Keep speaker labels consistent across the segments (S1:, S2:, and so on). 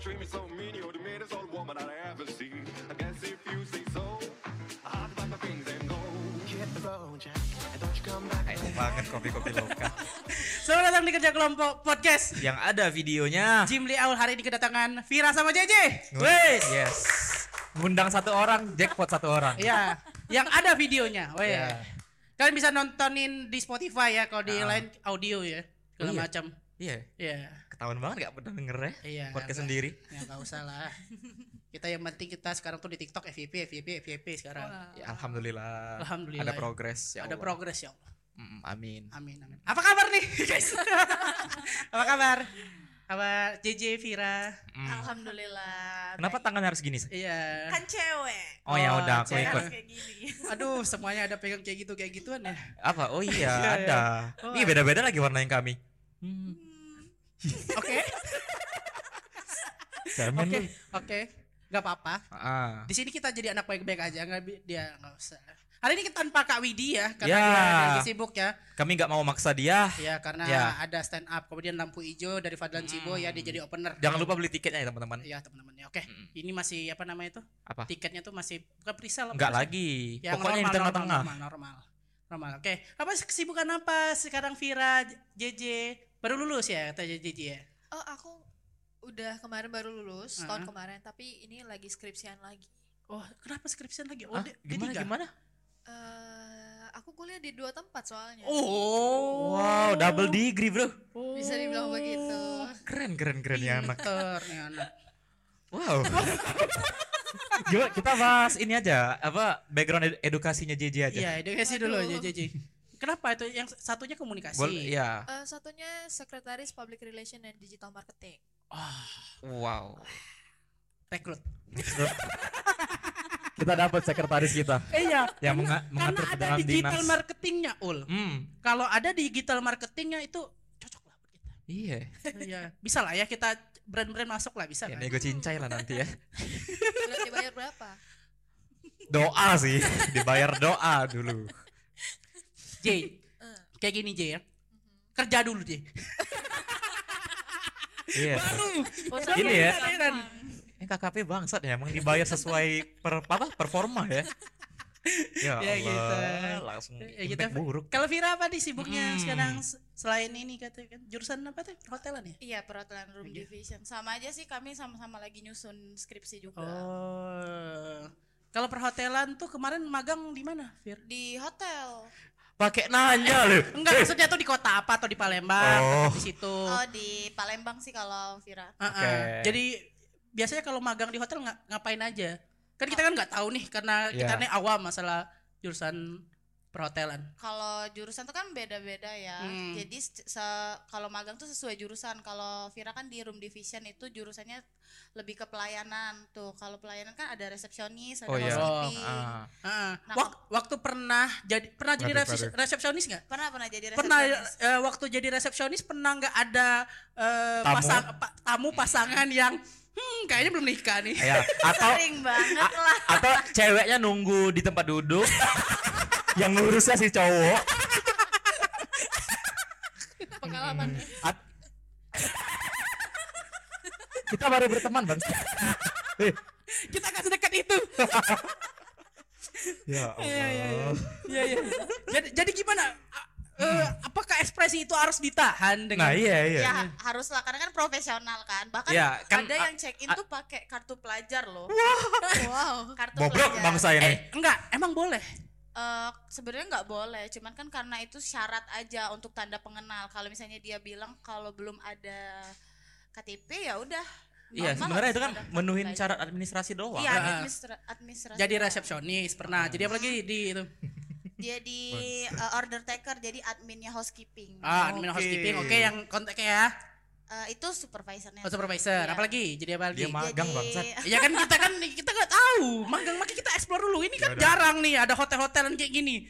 S1: treat me so mean. You're the meanest old woman I ever seen. I guess if you say so, I'll pack my things and go.
S2: Hit the road, Jack, and don't you come back.
S3: Ayo banget kopi-kopi lokal
S4: Selamat datang di kerja kelompok podcast.
S3: yang ada videonya.
S4: Jimli Aul hari ini kedatangan Vira sama JJ.
S3: Wes. Yes. Ngundang satu orang, jackpot satu orang.
S4: Iya, yang ada videonya. Weh.
S3: Iya.
S4: Kalian bisa nontonin di Spotify ya kalau di
S3: Ah.
S4: lain audio ya. Segala
S3: Oh, iya.
S4: macam.
S3: Iya,
S4: Iya.
S3: ketahuan banget gak pernah denger ya.
S4: Iya.
S3: Podcast
S4: nggak-
S3: sendiri.
S4: Ya enggak usah lah. Kita yang penting kita sekarang tuh di TikTok FYP FYP FYP sekarang.
S3: Ya, alhamdulillah.
S4: Alhamdulillah.
S3: Ada progres ya
S4: ada
S3: Allah.
S4: progres ya. Allah.
S3: Mm, amin.
S4: Amin amin. Apa kabar nih guys? Apa kabar? Kabar JJ Vira.
S3: Mm.
S5: Alhamdulillah.
S3: Kenapa tangan harus gini? Sa?
S4: Iya.
S5: Kan cewek.
S3: Oh, ya
S4: Oh,
S3: udah aku
S4: cewek.
S3: ikut.
S5: Harus kayak gini.
S4: Aduh, semuanya ada pegang kayak gitu kayak gituan ya.
S3: Apa? Oh iya,
S4: Iya, iya.
S3: ada.
S4: Oh,
S3: Ini beda-beda lagi warna yang kami. Hmm.
S4: Oke.
S3: Cermin
S4: Oke.
S3: lu.
S4: Oke. Gak apa-apa.
S3: Ah.
S4: Di sini kita jadi anak baik-baik aja, nggak bi- dia nggak usah. Hari ini kita tanpa Kak Widi ya, karena
S3: Ya.
S4: dia ada lagi sibuk ya.
S3: Kami nggak mau maksa dia.
S4: Ya karena
S3: Ya.
S4: ada stand up, kemudian lampu hijau dari Fadlan Cibo ya dia jadi opener.
S3: Jangan lupa beli tiketnya ya teman-teman.
S4: Ya teman-teman ya. Oke.
S3: Mm.
S4: Ini masih apa namanya itu?
S3: Apa?
S4: Tiketnya tuh masih bukan presale apa
S3: Enggak
S4: sih?
S3: lagi.
S4: Yang
S3: Pokoknya
S4: normal,
S3: di tengah-tengah.
S4: Normal, normal, normal. Oke. Apa sih kesibukan apa sekarang Vira JJ baru lulus ya kata JJ ya?
S5: Oh, aku udah kemarin baru lulus tahun kemarin, tapi ini lagi skripsian lagi.
S4: Oh, kenapa skripsian lagi? Oh,
S3: Hah?
S4: dia- dia
S3: Gimana
S4: tiga.
S3: gimana?
S5: eh aku kuliah di dua tempat soalnya.
S4: Oh.
S3: Wow, double degree, Bro.
S5: Bisa dibilang begitu.
S4: Oh.
S3: Keren keren keren ya
S4: Iya.
S5: Iya.
S3: anak.
S4: Pinter nih anak.
S3: Wow. Coba kita bahas ini aja, apa background ed- edukasinya JJ aja.
S4: Iya, edukasi dulu aja
S5: Waduh.
S4: JJ. Kenapa itu yang satunya komunikasi?
S3: Boleh, iya.
S5: Eh, satunya sekretaris public relation dan digital marketing.
S4: Ah,
S3: Wow.
S4: rekrut.
S3: kita dapat sekretaris kita
S4: Eh, iya,
S3: yang
S4: karena,
S3: menga- mengatur
S4: karena ada
S3: dalam
S4: digital
S3: dinas.
S4: marketingnya ul.
S3: Hmm,
S4: Kalau ada digital marketingnya itu cocok lah buat kita.
S3: iya.
S4: Iya, bisa lah ya kita brand-brand masuk lah bisa.
S3: Ya,
S4: kan? lah.
S3: nego cincai lah nanti ya.
S5: Bulan dibayar berapa?
S3: Doa sih, dibayar doa dulu.
S4: J,
S5: Eh,
S4: kayak gini J ya. Kerja dulu J.
S3: Iya. Eh,
S4: Baru.
S5: Bosan
S3: Gini ya.
S5: ya,
S4: kan?
S5: gampang.
S3: Ini KKP bangsat ya, emang dibayar sesuai per apa performa ya. Ya,
S4: Ya,
S3: Allah,
S4: gitu.
S3: langsung
S4: Ya,
S3: impact
S4: gitu.
S3: buruk.
S4: Kalau Vira apa nih sibuknya
S3: Hmm.
S4: sekarang se- selain ini katanya kan jurusan apa tuh? Hotelan ya?
S6: Iya perhotelan room
S4: Iya.
S6: division sama aja sih kami sama-sama lagi nyusun skripsi juga
S4: Oh. Kalau perhotelan tuh kemarin magang di mana, Vir?
S6: di hotel
S3: Pakai nanya lu.
S4: Enggak, maksudnya tuh di kota apa atau di
S3: Oh.
S4: Palembang, atau di situ.
S6: oh di Palembang sih kalau Vira
S4: Heeh.
S3: Oke.
S4: Jadi biasanya kalau magang di hotel nga- ngapain aja? Kan kita kan nggak tahu nih karena kita
S3: Iya.
S4: nih awam masalah jurusan perhotelan.
S6: kalau jurusan tuh kan beda-beda ya
S4: Hmm.
S6: jadi se- se- kalau magang tuh sesuai jurusan kalau Vira kan di room division itu jurusannya lebih ke pelayanan tuh kalau pelayanan kan ada resepsionis ada
S3: Oh, iya.
S6: housekeeping.
S3: Ah.
S4: Heeh.
S6: Nah,
S4: Wak- waktu pernah jadi pernah jadi
S3: Waduh,
S4: resepsi- resepsionis nggak?
S6: pernah pernah jadi
S4: Pernah
S6: resepsionis
S4: eh, waktu jadi resepsionis pernah nggak ada eh,
S3: Tamu.
S4: pasang pa- tamu pasangan yang hmm kayaknya belum nikah nih.
S3: Ya, atau
S6: sering banget
S4: Ah.
S6: lah
S3: atau ceweknya nunggu di tempat duduk yang ngurusnya si cowok
S5: Pengalaman.
S3: At- kita baru berteman bang Eh,
S4: kita nggak sedekat itu.
S3: ya
S4: Iya, iya,
S3: Allah
S4: Iya, iya. Jadi jadi gimana? A- eh, apakah ekspresi itu harus ditahan
S3: nah
S4: dengan
S3: iya iya
S6: ya ha- haruslah karena kan profesional kan bahkan
S3: Ya, kan
S6: ada
S3: a-
S6: yang check in
S3: a-
S6: tuh pakai kartu pelajar loh
S5: wow.
S6: kartu
S3: bobrok
S6: pelajar.
S3: bangsa ini
S4: Eh, enggak, emang boleh.
S6: Eh, sebenarnya nggak boleh cuman kan karena itu syarat aja untuk tanda pengenal kalau misalnya dia bilang kalau belum ada KTP ya udah
S3: iya
S6: normal
S3: sebenarnya itu
S6: harus
S3: kan
S6: ada kartu
S3: menuhin
S6: pelajar.
S3: syarat administrasi doang
S6: iya
S4: Ah.
S6: administra- administrasi
S4: Jadi
S6: doang.
S4: resepsionis pernah. Jadi apa lagi di itu?
S6: dia di eh, order taker jadi adminnya housekeeping
S4: Ah, admin
S3: Oke.
S4: housekeeping. Oke, yang kontak ya.
S6: Eh, itu supervisornya
S4: Oh, supervisor.
S6: Iya.
S4: Apalagi? Jadi apa lagi?
S3: dia magang
S6: Jadi- eh,
S3: bangsat
S4: Ya kan kita kan kita nggak tahu. Magang makin kita explore dulu. Ini kan
S3: Yaudah.
S4: jarang nih ada hotel-hotelan kayak gini.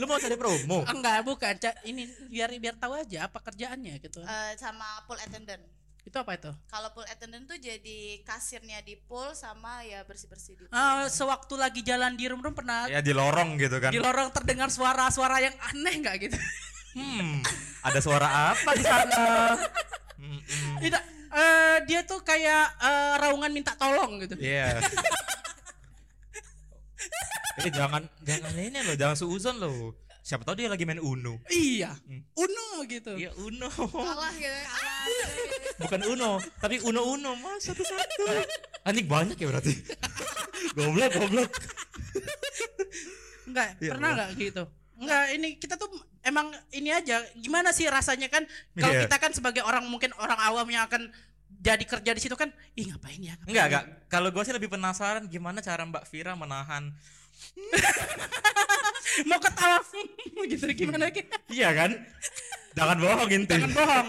S3: lu mau cari promo
S4: Enggak, bukan. Ca- Ini biar biar tahu aja apa kerjaannya gitu.
S6: Eh, sama pool attendant
S4: Itu apa itu?
S6: kalau pool attendant tuh jadi kasirnya di pool sama ya bersih bersih di pool.
S4: Ah, sewaktu lagi jalan di room-room pernah
S3: ya di lorong gitu kan
S4: di lorong terdengar suara-suara yang aneh nggak gitu?
S3: hmm ada suara apa di sana Mm-mm.
S4: Tidak, eh, dia tuh kayak eh, raungan minta tolong gitu.
S3: Iya. Jadi jangan jangan ini loh, jangan suuzon loh. Siapa tahu dia lagi main Uno.
S4: Iya,
S3: Hmm.
S4: Uno gitu.
S3: Iya Uno.
S5: kalah
S6: ya,
S5: gitu kalah
S3: Bukan Uno, tapi Uno Uno mas satu satu. Anjing banyak ya berarti. goblok goblok.
S4: Enggak,
S3: Iya,
S4: pernah
S3: Allah.
S4: enggak gitu? Enggak, ini kita tuh emang ini aja gimana sih rasanya kan kalau
S3: Iya.
S4: kita kan sebagai orang mungkin orang awam yang akan jadi kerja di situ kan, ih ngapain ya? ngapain
S3: Enggak
S4: ya?"
S3: enggak. Kalau gue sih lebih penasaran gimana cara Mbak Vira menahan.
S4: Mau ketawa gitu gimana gitu.
S3: Iya kan? Jangan bohongin
S4: Jangan bohong.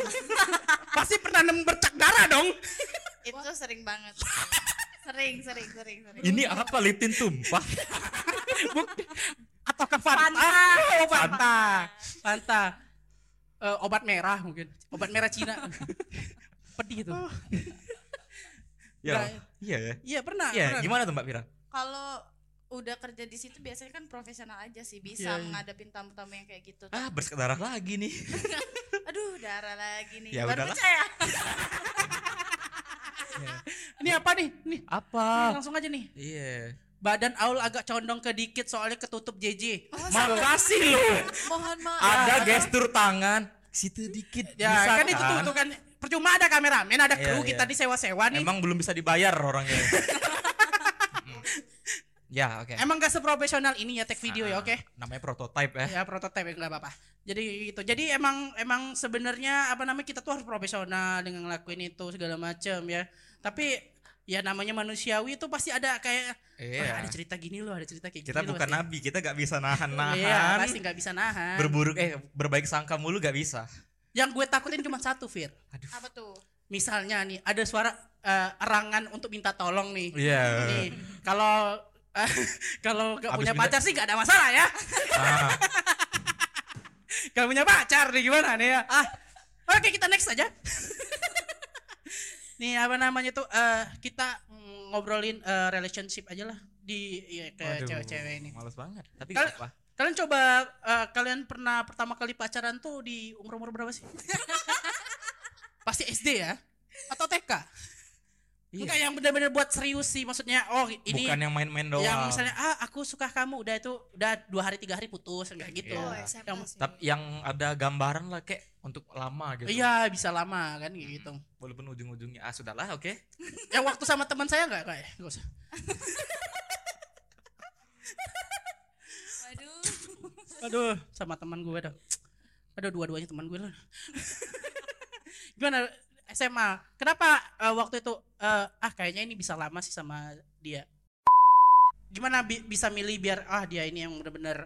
S4: Pasti pernah nemu bercak darah dong.
S6: itu sering banget sering sering sering sering
S3: Ini apa liptin tumpah?
S4: Atau ke Fanta. Oh, Fanta. Fanta. Eh, obat merah mungkin. Obat merah Cina. Pedih itu.
S3: ya.
S4: Enggak.
S3: Iya ya.
S4: Iya, pernah.
S3: Iya,
S4: pernah.
S3: gimana tuh Mbak Vira?
S6: kalau udah kerja di situ biasanya kan profesional aja sih bisa
S4: Iya, iya.
S6: menghadapin tamu-tamu yang kayak gitu
S3: Ah, bersekat darah lagi nih.
S6: aduh darah lagi nih
S3: Ya
S6: baru
S3: udahlah.
S6: percaya
S4: Ini apa nih? Nih,
S3: Apa?
S4: langsung aja nih.
S3: Iya.
S4: Badan Aul agak condong ke dikit soalnya ketutup JJ.
S3: Makasih lu.
S5: mohon maaf
S3: Ada gestur tangan situ dikit.
S4: Ya
S3: bisa
S4: kan, itu tuh, tuh kan percuma ada kameramen, ada
S3: Iya,
S4: kru
S3: iya.
S4: kita disewa-sewa nih.
S3: Emang
S4: Emang,
S3: belum bisa dibayar orangnya. Mm. ya, oke.
S4: gak seprofesional ini ya take video
S3: Ah,
S4: ya, oke?
S3: Namanya prototype ya.
S4: Ya prototipe nggak apa-apa. Jadi gitu. Jadi emang emang sebenarnya apa namanya kita tuh harus profesional dengan ngelakuin itu segala macam ya. Tapi ya namanya manusiawi itu pasti ada kayak
S3: Iya.
S4: "Wah, ada cerita gini loh, ada cerita kayak
S3: Kita
S4: gini loh
S3: bukan
S4: pasti."
S3: nabi, kita gak bisa
S4: Iya,
S3: nahan-nahan.
S4: pasti kan. nggak bisa nahan.
S3: berburuk eh berbaik sangka mulu gak bisa.
S4: Yang gue takutin cuma satu, Fir.
S3: Aduh.
S6: apa tuh
S4: Misalnya nih ada suara eh, erangan untuk minta tolong nih.
S3: Iya.
S4: Nih, kalau eh, kalau nggak
S3: Abis
S4: punya
S3: minta-
S4: pacar sih nggak ada masalah ya.
S3: Ah,
S4: Gak punya pacar nih gimana nih ya? Ah, oke kita next aja. nih apa namanya tuh? eh kita mm, ngobrolin eh, relationship aja lah di ya, ke
S3: waduh,
S4: cewek-cewek ini.
S3: Males banget. Tapi
S4: Kal-
S3: gak apa.
S4: Kalian coba eh, kalian pernah pertama kali pacaran tuh di umur umur berapa sih? Pasti SD ya? Atau TK?
S3: Iya.
S4: Enggak yang benar-benar buat serius sih maksudnya. Oh ini
S3: bukan yang main-main doang.
S4: yang misalnya ah aku suka kamu udah itu udah dua hari tiga hari putus enggak gitu.
S5: oh
S3: Iya.
S5: SMA
S4: Yang-
S5: sih
S3: Tapi yang ada gambaran lah kayak untuk lama gitu. Hmm.
S4: Iya bisa lama kan gitu.
S3: Walaupun ujung-ujungnya ah sudahlah oke.
S4: yang waktu sama teman saya nggak kayak nggak usah
S5: waduh
S4: aduh sama teman gue dong aduh dua-duanya teman gue loh gimana SMA kenapa eh, waktu itu eh, ah kayaknya ini bisa lama sih sama dia gimana bi- bisa milih biar ah dia ini yang bener-bener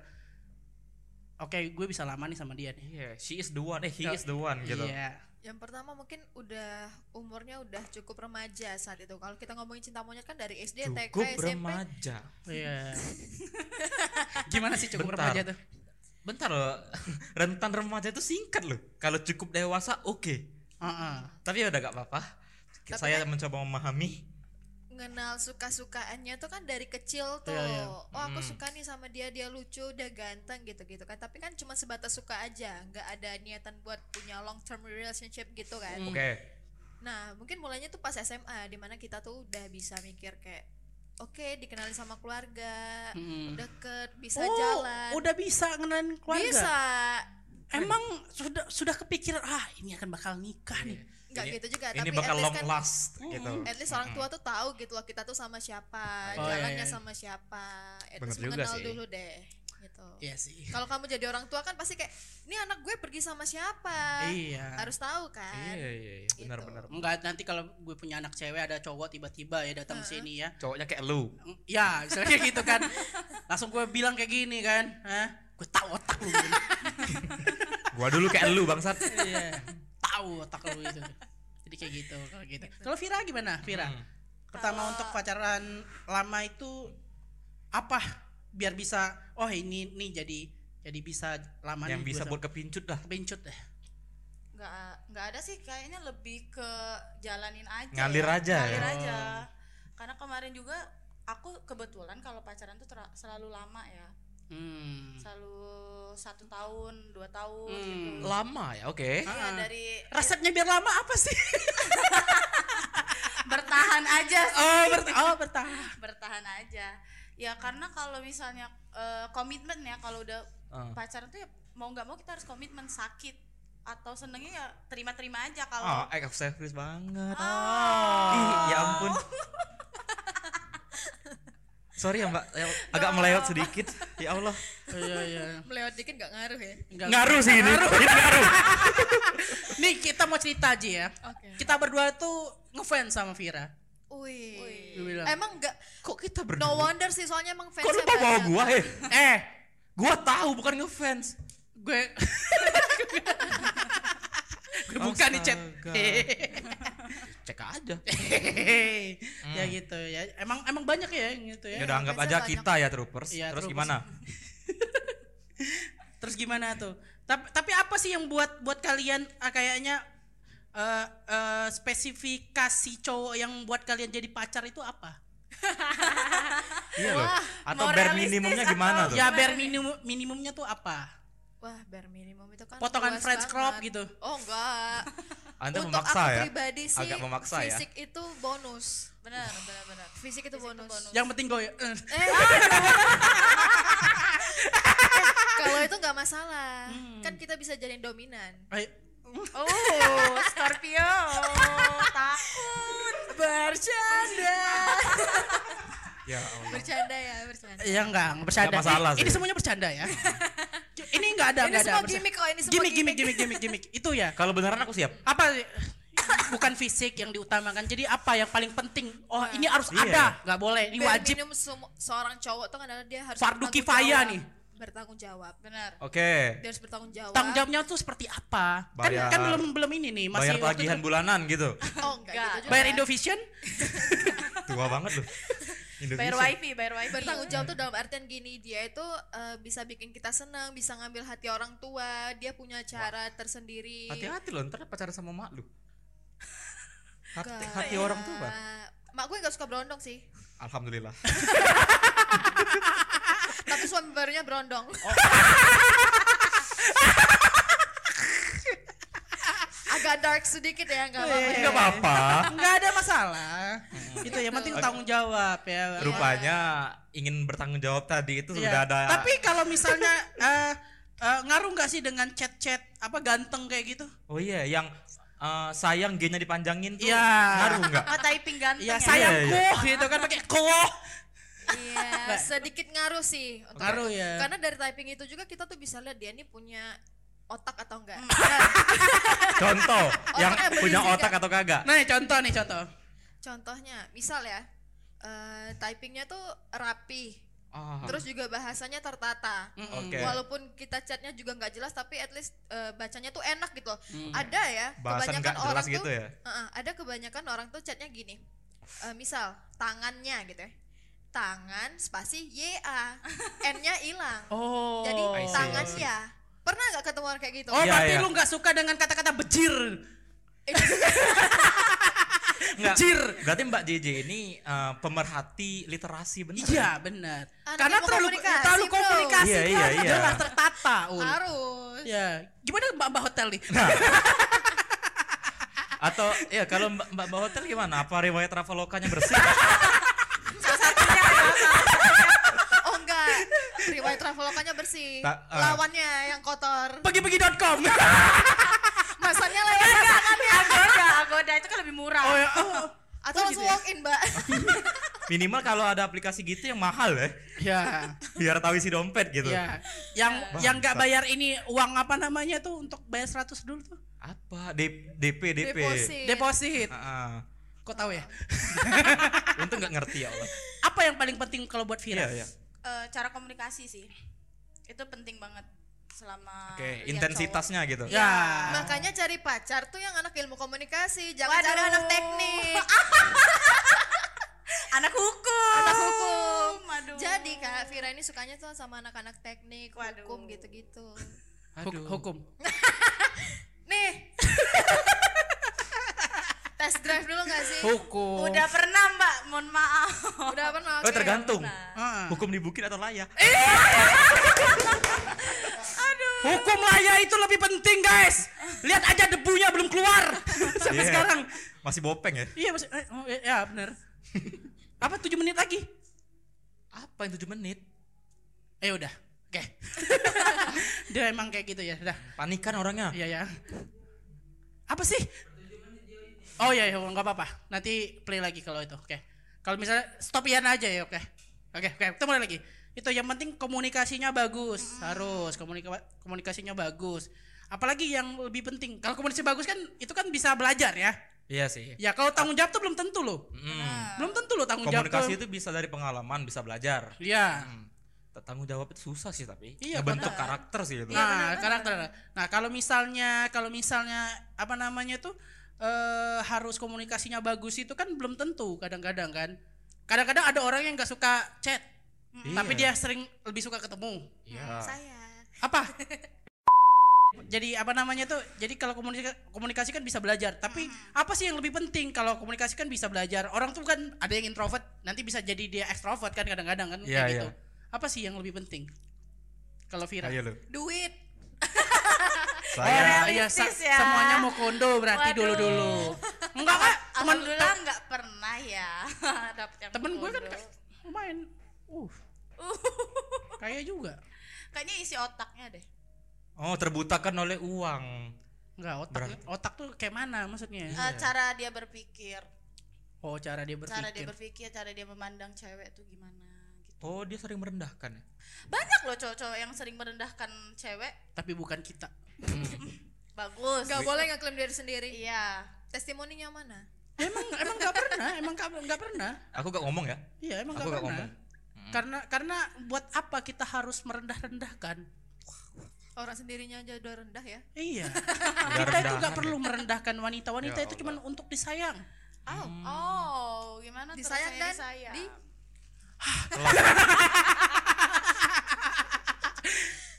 S4: oke gue bisa lama nih sama dia nih
S3: Iya, she is the one, eh he is the one gitu.
S4: iya
S5: yang pertama mungkin udah umurnya udah cukup remaja saat itu kalau kita ngomongin cinta monyet kan dari SD TK
S3: Cukup
S5: SMP
S3: remaja.
S4: iya gimana sih cukup
S3: Bentar.
S4: remaja tuh
S3: Bentar loh. Rentan remaja itu singkat loh. Kalau cukup dewasa oke.
S4: Heeh.
S3: Tapi ya udah gak apa-apa.
S5: Tapi
S3: Saya
S5: kan-
S3: mencoba memahami.
S5: ngenal suka-sukaannya tuh kan dari kecil tuh.
S4: Iya, iya.
S5: Oh, aku
S3: Hmm.
S5: suka nih sama dia, dia lucu, dia ganteng gitu-gitu kan. Tapi kan cuma sebatas suka aja, nggak ada niatan buat punya long term relationship gitu kan.
S4: Mm.
S3: Oke.
S5: Nah, mungkin mulainya tuh pas SMA dimana kita tuh udah bisa mikir kayak oke, dikenalin sama keluarga,
S4: Mm.
S5: deket, bisa
S4: Oh,
S5: jalan.
S4: udah bisa ngenalin keluarga
S5: Bisa.
S4: emang sudah sudah kepikiran ah ini akan bakal nikah nih
S5: Nggak
S3: Ini-
S5: gitu juga,
S3: Ini
S5: tapi
S3: bakal
S5: at least
S3: long
S5: kan
S3: last gitu.
S5: At least orang tua tuh tahu gitu loh kita tuh sama siapa,
S4: Oh, iya, iya.
S5: jalannya sama siapa. At
S3: Bener
S5: least
S3: juga
S5: mengenal
S3: sih.
S5: dulu deh gitu.
S4: Iya sih
S5: Kalau kamu jadi orang tua kan pasti kayak, ini anak gue pergi sama siapa?
S4: iya
S5: Harus tahu kan?
S3: Iya, iya, iya.
S5: Gitu.
S3: Benar-benar.
S4: enggak nanti kalau gue punya anak cewek ada cowok tiba-tiba ya datang sini ya
S3: Cowoknya kayak lu.
S4: Eng- ya misalnya kayak gitu kan langsung gue bilang kayak gini kan Hah? gue tahu otak lu Bun.
S3: Gua dulu kayak lu bangsat.
S4: Iya. tahu otak lu itu jadi kayak gitu kalau gitu kalau Vira gimana Vira
S3: Hmm.
S4: pertama
S5: Kalau-
S4: untuk pacaran lama itu apa biar bisa oh ini nih jadi jadi bisa lama
S3: Yang
S4: nih
S3: bisa
S4: gua
S3: buat kepincut dah.
S4: sama- kebencut deh
S6: nggak nggak ada sih kayaknya lebih ke jalanin aja
S3: Ngalir
S6: ya.
S3: aja ya?
S6: ngalir aja karena kemarin juga aku kebetulan kalau pacaran tuh tera- selalu lama ya
S4: hmm.
S6: selalu satu tahun dua tahun
S4: Hmm.
S6: gitu
S3: Lama ya, oke.
S6: Iya
S4: Ah.
S6: dari
S4: resepnya biar lama apa sih
S6: bertahan aja sih.
S4: Oh, bert- oh bertahan.
S6: bertahan aja ya karena kalau misalnya eh, komitmen ya kalau udah
S5: Hmm.
S3: Eh.
S6: pacaran tuh ya mau nggak mau kita harus komitmen sakit atau senengnya ya terima-terima aja
S3: Oh,
S6: kalau
S3: act of service banget.
S6: Ah.
S3: Ih, ya ampun. Sorry ya Mbak, ya, agak melewat sedikit. Ya Allah.
S4: Iya, iya.
S5: Melewat dikit gak ngaruh ya?
S4: Nggak-
S3: Ngaruh sih ini. Ini ngaruh.
S4: Nih kita mau cerita aja ya.
S5: Oke.
S4: Kita berdua tuh ngefans sama Vira.
S5: Wih.
S4: Lu bilang.
S5: Emang gak,
S3: Kok kita berdua?
S5: no wonder sih soalnya emang fans
S3: Kok lu mau bawa gua, eh? Eh, gua tahu bukan ngefans.
S4: Gue Gue buka nih chat.
S3: Astaga. Cek aja.
S4: Eh, ya gitu ya. Emang emang banyak ya yang gitu ya.
S3: Hmm. Ya udah anggap
S5: ngefans
S3: aja
S5: banyak.
S3: kita ya troopers.
S4: Iya,
S3: Terus
S4: troopers.
S3: gimana?
S4: Terus gimana tuh? Tapi, tapi apa sih yang buat buat kalian ah, kayaknya eh eh, spesifikasi cowok yang buat kalian jadi pacar itu apa?
S3: Iya loh.
S5: Wah,
S3: Atau
S6: mau
S3: bare
S6: realistis
S3: minimumnya
S6: atau-
S3: gimana tuh?
S4: Ya bare minimum minimumnya tuh apa?
S5: Wah, bare minimum itu kan
S4: Potongan
S5: luas
S4: French crop
S5: banget.
S4: gitu.
S5: Oh enggak.
S3: Anda
S5: Untuk
S3: memaksa
S5: aku
S3: ya.
S5: pribadi sih,
S3: Agak memaksa ya.
S5: fisik itu bonus.
S6: bener bener bener
S5: Fisik itu bonus.
S4: Yang penting gue
S5: Eh, kalau itu nggak masalah. Kan kita bisa jadiin dominan.
S6: oh Scorpio takut
S5: Bercanda.
S3: Ya Allah.
S5: bercanda ya, bercanda.
S4: ya enggak, enggak bercanda.
S3: Enggak masalah
S4: ini,
S3: sih.
S4: ini semuanya bercanda ya. ini enggak ada, enggak ada.
S5: Ini semua
S4: bercanda.
S5: gimmick kok, ini
S4: gimmick,
S5: semua
S4: gimmick,
S5: gimmick.
S4: gimmick, gimmick, gimmick. Itu ya.
S3: Kalau beneran aku siap.
S4: Apa bukan fisik yang diutamakan. Jadi apa yang paling penting? Oh, ini harus
S3: Iya.
S4: ada. Enggak boleh, ini
S5: Bare
S4: wajib.
S5: minimum semu- seorang cowok tuh kan adalah dia harus
S4: Fardu
S5: bertanggung
S4: kifayah
S5: jawab.
S4: nih.
S5: Bertanggung jawab.
S6: bener
S3: Oke.
S5: Dia harus bertanggung jawab.
S4: Tanggung jawabnya tuh seperti apa? Kan
S3: Bayar.
S4: kan belum belum ini nih, masih
S3: Bayar
S4: waktu
S3: tagihan
S4: itu-
S3: bulanan gitu.
S5: Oh, enggak,
S6: Enggak.
S5: gitu juga.
S4: Bayar Indovision?
S3: Tua banget loh.
S6: bayar
S3: Indonesia.
S6: wifi bayar wifi
S5: bertanggung jawab tuh dalam artian gini dia itu eh, bisa bikin kita senang bisa ngambil hati orang tua dia punya cara tersendiri
S3: Hati-hati loh, ntar pacaran sama mak lu. Hati,
S5: Enggak.
S3: hati orang tua.
S5: mak gue nggak suka berondong sih
S3: Alhamdulillah.
S5: tapi suami barunya berondong agak dark sedikit ya nggak
S4: Iya.
S5: apa-apa ya.
S3: Enggak Iya. apa-apa.
S4: Enggak ada masalah.
S3: Hmm.
S4: gitu yang penting tanggung jawab ya.
S3: Rupanya ingin bertanggung jawab tadi itu
S4: Iya.
S3: sudah ada.
S4: Tapi kalau misalnya eh eh, ngaruh nggak sih dengan chat-chat apa ganteng kayak gitu?
S3: Oh iya, yang eh, sayang G-nya dipanjangin tuh.
S4: Iya.
S3: Ngaruh enggak?
S6: oh typing ganteng
S4: Ya
S6: ya,
S4: sayangku
S3: Iya,
S4: gitu kan pakai koh.
S5: Iya, sedikit ngaruh sih. untuk-
S4: Ngaruh ya.
S5: Karena dari typing itu juga kita tuh bisa lihat dia ini punya otak atau enggak.
S3: Hmm. Contoh, yang
S5: Otaknya berisi
S3: punya
S5: nggak?
S3: otak atau kagak?
S4: Nah, contoh nih contoh.
S5: Contohnya, misal ya, eh, typingnya tuh rapi,
S3: Ah,
S5: terus juga bahasanya tertata.
S3: Hmm, Oke.
S4: mm,
S5: Walaupun kita chatnya juga nggak jelas, tapi at least eh, bacanya tuh enak gitu. loh. Ada ya,
S3: Hmm, Bahasan
S5: kebanyakan
S3: nggak jelas
S5: orang
S3: gitu
S5: tuh,
S3: ya?
S5: Heeh, ada kebanyakan orang tuh chatnya gini, Eh, misal tangannya gitu ya, tangan spasi YA, N-nya hilang.
S4: Oh.
S5: Jadi
S3: I see,
S5: tangan
S3: I see.
S5: ya. Pernah nggak ketemu orang kayak gitu?
S4: Oh,
S3: Iya,
S4: berarti
S3: iya.
S4: lu nggak suka dengan kata-kata bejir.
S3: Enggak.
S4: Jir.
S3: Berarti Mbak JJ ini eh, pemerhati literasi bener.
S4: Iya, benar.
S5: Anak
S4: Karena
S5: ilmu
S4: terlalu
S5: komunikasi,
S4: terlalu
S5: bro.
S4: komunikasi
S3: Iya,
S4: itu
S3: iya,
S4: harus
S3: iya.
S4: jelas tertata, Ul.
S5: Harus.
S4: Ya. Gimana Mbak-mbak hotel nih?
S3: Nah. Atau ya kalau Mbak Mbak Mbak Hotel gimana? Apa riwayat travelokanya bersih?
S5: Oh enggak, riwayat travelokanya bersih.
S3: Ta- eh.
S5: Lawannya yang kotor. ya.
S4: Pergi-pergi.com.
S5: Iya. Masanya lewat tangannya.
S6: agoda agoda itu kan lebih murah
S4: Oh,
S3: Iya.
S4: ya. oh.
S5: Atau langsung
S6: gitu ya?
S5: walk in, Mbak.
S3: Minimal kalau ada aplikasi gitu yang mahal ya,
S4: Ya.
S3: biar tahu isi dompet gitu.
S4: Iya. Yang
S3: Bang,
S4: yang nggak
S3: Pak.
S4: bayar ini uang apa namanya tuh untuk bayar 100 dulu tuh?
S3: Apa? D- DP DP.
S5: Deposit.
S4: Deposit.
S3: Ah,
S4: Kok tahu ya?
S3: ah. untung nggak ngerti ya Allah.
S4: Apa yang paling penting kalau buat Vira?
S3: Iya, iya.
S6: Eh, cara komunikasi sih itu penting banget selama
S3: Oke,
S6: lihat Iya, cowok.
S3: intensitasnya gitu.
S4: Ya.
S5: Makanya cari pacar tuh yang anak ilmu komunikasi, jangan cari
S6: Waduh.
S5: anak teknik.
S6: anak hukum
S5: Anak hukum.
S6: Aduh.
S5: Jadi Kak Vira ini sukanya tuh sama anak-anak teknik,
S6: Waduh.
S5: hukum gitu-gitu.
S4: Huk- hukum.
S5: Nih. Tes drive dulu gak sih?
S4: Hukum.
S6: udah pernah mbak mohon maaf
S5: Udah pernah.
S3: Oh,
S5: oke.
S3: tergantung.
S6: Nah,
S4: Heeh.
S3: Hukum di bukit atau layak?
S4: ya, Hukum laya itu lebih penting, guys. Lihat aja debunya belum keluar. sampai
S3: Iya.
S4: sekarang
S3: Masih bopeng ya?
S4: iya masih eh, oh, eh, ya benar apa tujuh menit lagi
S3: Apa yang 7 menit?
S4: eh udah oke dia emang kayak gitu ya udah
S3: Panikan orangnya.
S4: iya ya apa sih oh iya ya nggak apa-apa nanti play lagi kalau itu oke kalau misalnya stop ian aja ya oke oke oke kita mulai lagi itu yang penting komunikasinya bagus harus komunika- komunikasinya bagus apalagi yang lebih penting kalau komunikasi bagus kan itu kan bisa belajar ya
S3: Iya sih.
S4: ya kalau tanggung jawab tuh belum tentu loh
S3: Mm.
S4: belum tentu loh tanggung jawab
S3: Komunikasi
S4: tuh.
S3: itu bisa dari pengalaman, bisa belajar.
S4: Iya.
S3: Hmm. Tanggung jawab itu susah sih tapi.
S4: Iya,
S3: bentuk
S6: benar.
S3: karakter sih gitu. itu.
S4: Nah, karakter. Nah, kalau misalnya kalau misalnya apa namanya tuh eh harus komunikasinya bagus itu kan belum tentu kadang-kadang kan. Kadang-kadang ada orang yang nggak suka chat, tapi
S3: Iya.
S4: dia sering lebih suka ketemu.
S3: Iya.
S5: Saya.
S4: Apa? jadi apa namanya tuh? Jadi kalau komunikasi komunikasi kan bisa belajar, tapi
S3: Hmm.
S4: apa sih yang lebih penting kalau komunikasi kan bisa belajar? Orang tuh kan ada yang introvert, nanti bisa jadi dia ekstrovert kan kadang-kadang kan
S3: Iya,
S4: kayak gitu.
S3: iya.
S4: Apa sih yang lebih penting? Kalau Vira?
S3: Ayo lu.
S5: Duit.
S3: Saya
S4: Oh, iya, sa-
S6: realistis ya.
S4: semuanya mau kondo berarti
S6: Waduh.
S4: dulu-dulu. Enggak kak, temen,
S6: Alhamdulillah nggak pernah ya dapet yang
S4: temen gue kan
S6: bodoh.
S4: kayak, lumayan. Uh, kaya juga.
S6: kayaknya isi otaknya deh.
S3: Oh, terbutakan oleh uang.
S4: Enggak, otak, ya.
S3: Berarti-
S4: otak tuh kayak mana maksudnya?
S6: Eh, cara dia berpikir,
S4: Oh, cara dia berpikir.
S6: cara dia berpikir, cara dia memandang cewek tuh gimana gitu.
S3: Oh, dia sering merendahkan ya.
S6: Banyak loh cowok-cowok yang sering merendahkan cewek.
S4: Tapi bukan kita.
S6: Bagus.
S5: Gak boleh ngeklaim diri sendiri.
S6: Iya.
S5: Testimoninya mana?
S4: Emang emang nggak pernah, emang nggak nggak pernah.
S3: Aku gak ngomong ya.
S4: Iya, emang
S3: Aku
S4: nggak
S3: nggak
S4: pernah.
S3: ngomong.
S4: Karena karena buat apa kita harus merendah-rendahkan?
S5: Orang sendirinya aja udah rendah ya.
S4: Iya.
S3: Udah
S4: kita itu
S3: rendahan
S4: nggak perlu merendahkan wanita. Wanita
S3: Ya
S4: itu cuma untuk disayang.
S6: Oh, oh, gimana tuh
S5: Disayang
S6: rasanya
S5: dan
S6: disayang?
S5: di
S3: Oh,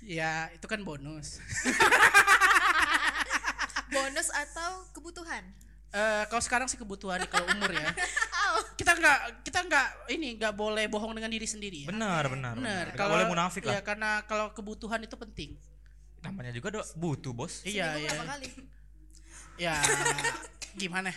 S4: Ya, itu kan bonus.
S5: bonus atau kebutuhan.
S4: Eh, kalau sekarang sih kebutuhan kalau umur ya.
S3: Kan
S4: kita nggak kita nggak ini nggak boleh bohong dengan diri sendiri ya.
S3: Benar, benar.
S4: Bener,
S3: Gak boleh munafik
S4: ya,
S5: iya.
S3: lah.
S4: karena kalau kebutuhan itu penting.
S3: Namanya juga do, butuh, Bos.
S4: iya,
S5: Seminggu
S4: iya.
S5: berapa kali?
S4: Ya gimana?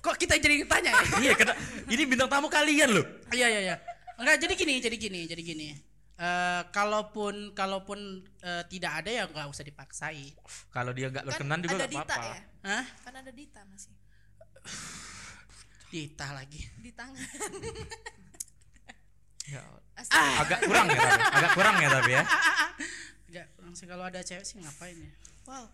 S4: Kok kita jadi tanya ya?
S3: Iya, kena ini bintang tamu kalian loh.
S4: Iya, iya, iya. Enggak, jadi gini, jadi gini, jadi gini. Eh kalaupun kalaupun eh, tidak ada ya nggak usah dipaksain.
S3: Kalau dia gak
S5: Kan
S3: berkenan juga
S5: ada
S3: gak
S5: Dita
S3: apa-apa.
S5: ya.
S4: Hah?
S5: Kan ada Dita masih.
S4: Ditah lagi.
S5: Di tangan.
S3: Ya,
S5: Astaga.
S3: agak kurang ya tapi. Agak kurang ya tapi ya.
S4: Enggak, langsung kalau ada cewek sih ngapain ya?
S5: Wow.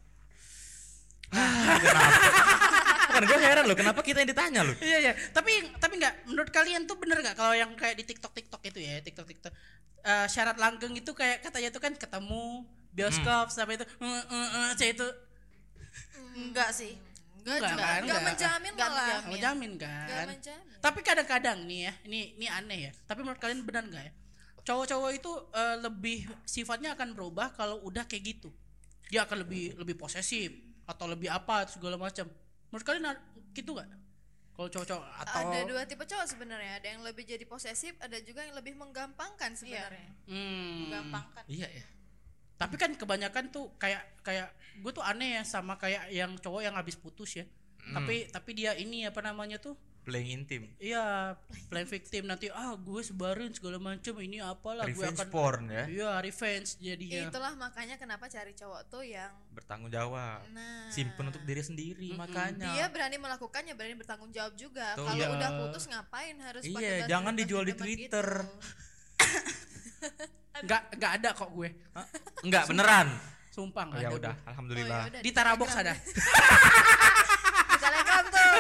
S3: Kan gue heran loh kenapa kita yang ditanya loh.
S4: Iya iya, tapi tapi nggak menurut kalian tuh bener nggak kalau yang kayak di TikTok TikTok itu ya TikTok TikTok eh, syarat langgeng itu kayak katanya tuh kan ketemu bioskop sampai itu eh, eh, eh, cah itu
S6: Enggak sih.
S5: Enggak,
S4: Enggak,
S5: juga.
S4: kan?
S5: Enggak
S4: Enggak.
S5: menjamin
S6: Enggak
S5: malah.
S6: menjamin.
S4: kamu jamin
S5: Enggak
S4: kan?
S5: menjamin.
S4: Tapi kadang-kadang nih ya, ini ini aneh ya. Tapi menurut kalian benar nggak ya? Cowok-cowok itu eh, lebih sifatnya akan berubah kalau udah kayak gitu. Dia akan lebih lebih posesif atau lebih apa segala macam. Menurut kalian a- gitu nggak? Kalau cowok-cowok atau
S3: Oh.
S5: Ada dua tipe cowok sebenarnya. Ada yang lebih jadi posesif, ada juga yang lebih menggampangkan sebenarnya.
S4: Hmm.
S6: Gampang kan.
S3: Iya ya.
S4: Tapi kan kebanyakan tuh kayak kayak gue tuh aneh ya sama kayak yang cowok yang habis putus ya.
S3: Hmm.
S4: Tapi tapi dia ini apa namanya tuh?
S3: Playing intim.
S4: Iya, plan victim nanti ah gue sebarin segala macam ini apalah
S3: Revenge
S4: gue akan
S3: porn ya.
S4: Iya, revenge
S3: Iya.
S4: jadinya.
S5: Itulah makanya kenapa cari cowok tuh yang
S3: Bertanggung jawab.
S5: nah
S3: Simpen untuk diri sendiri makanya.
S5: dia berani melakukannya, berani bertanggung jawab juga.
S3: Betul.
S5: Kalau
S3: Iya.
S5: udah putus ngapain harus
S3: Iya,
S5: pakai batu-
S3: jangan
S5: batu
S3: dijual di
S5: demen
S3: Twitter.
S5: Gitu.
S4: Enggak enggak ada kok gue.
S3: Hah? Enggak beneran.
S4: Sumpah
S3: Oh,
S4: enggak
S3: ya
S4: ada.
S3: udah,
S4: gue.
S3: alhamdudullah.
S5: Oh, ya udah.
S4: Di Tarabox ada.
S5: Di Telegram tuh.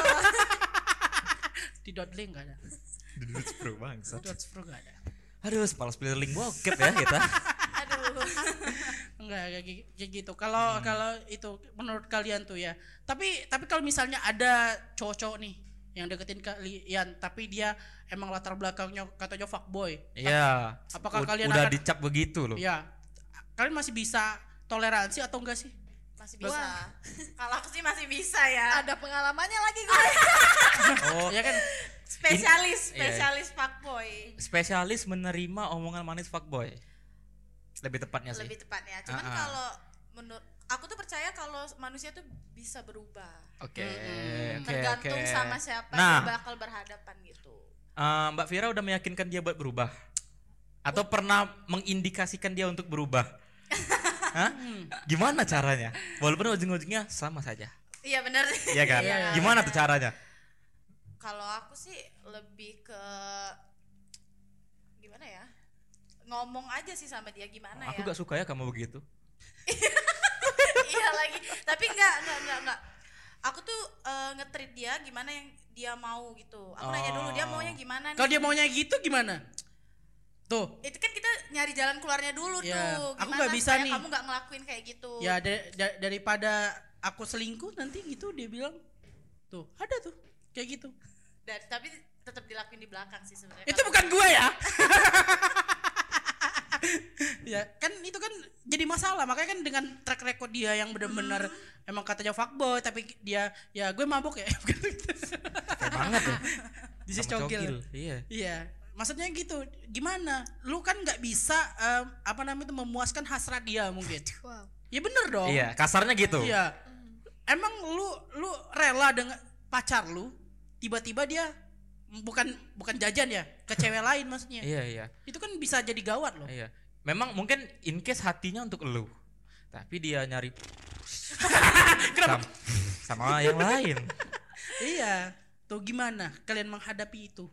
S4: Di Dotlink enggak ada.
S3: Dudut bro bangsat.
S4: Di Dotspro enggak ada.
S3: Aduh, kepala spill link bokep ya kita.
S4: Enggak kayak gi- kayak gitu. Kalau kalau itu menurut kalian tuh ya. Tapi tapi kalau misalnya ada cowok-cowok nih yang deketin kalian tapi dia emang latar belakangnya katanya fuckboy.
S3: Iya.
S4: Apakah
S3: Ud-
S4: kalian
S3: udah
S4: akan-
S3: dicap begitu loh?
S4: Iya. Kalian masih bisa toleransi atau enggak sih?
S6: Masih
S5: Wah.
S6: bisa. Kalau aku sih masih bisa ya.
S5: ada pengalamannya lagi gue.
S3: Oh,
S4: Ya kan?
S6: Spesialis,
S3: Iya.
S6: spesialis fuckboy.
S3: spesialis menerima omongan manis fuckboy. Lebih tepatnya Iya sih.
S6: Lebih tepatnya. Cuman
S3: Ah, ah.
S6: kalau menurut aku tuh percaya kalau manusia tuh bisa berubah.
S3: Oke.
S4: Mm,
S3: Oke,
S6: tergantung
S3: oke.
S6: sama siapa
S3: Nah.
S6: yang bakal berhadapan gitu
S3: Eh, Mbak Vira udah meyakinkan dia buat berubah atau pernah mengindikasikan dia untuk berubah? Hah?
S4: Hmm.
S3: Gimana caranya? Walaupun ujung-ujungnya sama saja,
S6: iya benar
S3: Iya kan?
S6: Iya.
S3: Gimana tuh caranya?
S6: kalau aku sih lebih ke gimana ya ngomong aja sih sama dia gimana
S3: Aku
S6: ya
S3: gak suka ya kamu begitu.
S6: iya lagi tapi enggak enggak enggak enggak aku tuh eh, nge-treat dia gimana yang dia mau gitu aku nanya dulu dia
S3: Oh.
S6: maunya gimana nih
S4: Kalau dia maunya gitu gimana? Tuh,
S6: itu kan kita nyari jalan keluarnya dulu
S4: Iya,
S6: tuh
S4: aku
S6: gimana
S4: nggak bisa
S6: supaya
S4: nih.
S6: kamu nggak ngelakuin kayak gitu
S4: ya da- da- daripada aku selingkuh nanti gitu dia bilang. Tuh, ada tuh. Kayak gitu.
S6: Dan- tapi tetap dilakuin di belakang sih sebenarnya
S4: Itu bukan gue ya. ya kan itu kan jadi masalah makanya kan dengan track record dia yang benar-benar
S3: Hmm.
S4: emang katanya fuckboy tapi dia ya gue mabok ya
S3: Kayak banget ya.
S4: This is
S3: Sama
S4: cokil.
S3: Iya.
S4: Iya, maksudnya gitu. Gimana? Lu kan nggak bisa em, apa namanya itu memuaskan hasrat dia mungkin.
S5: Wow.
S4: Ya bener dong.
S3: Iya, kasarnya gitu.
S4: Iya. Emang lu lu rela dengan pacar lu tiba-tiba dia bukan bukan jajan ya ke cewek lain maksudnya.
S3: Iya, iya.
S4: Itu kan bisa jadi gawat loh.
S3: Iya. Memang mungkin in case hatinya untuk elu. Tapi dia nyari Kenapa? Sama, sama yang lain.
S4: iya. Tuh gimana kalian menghadapi itu?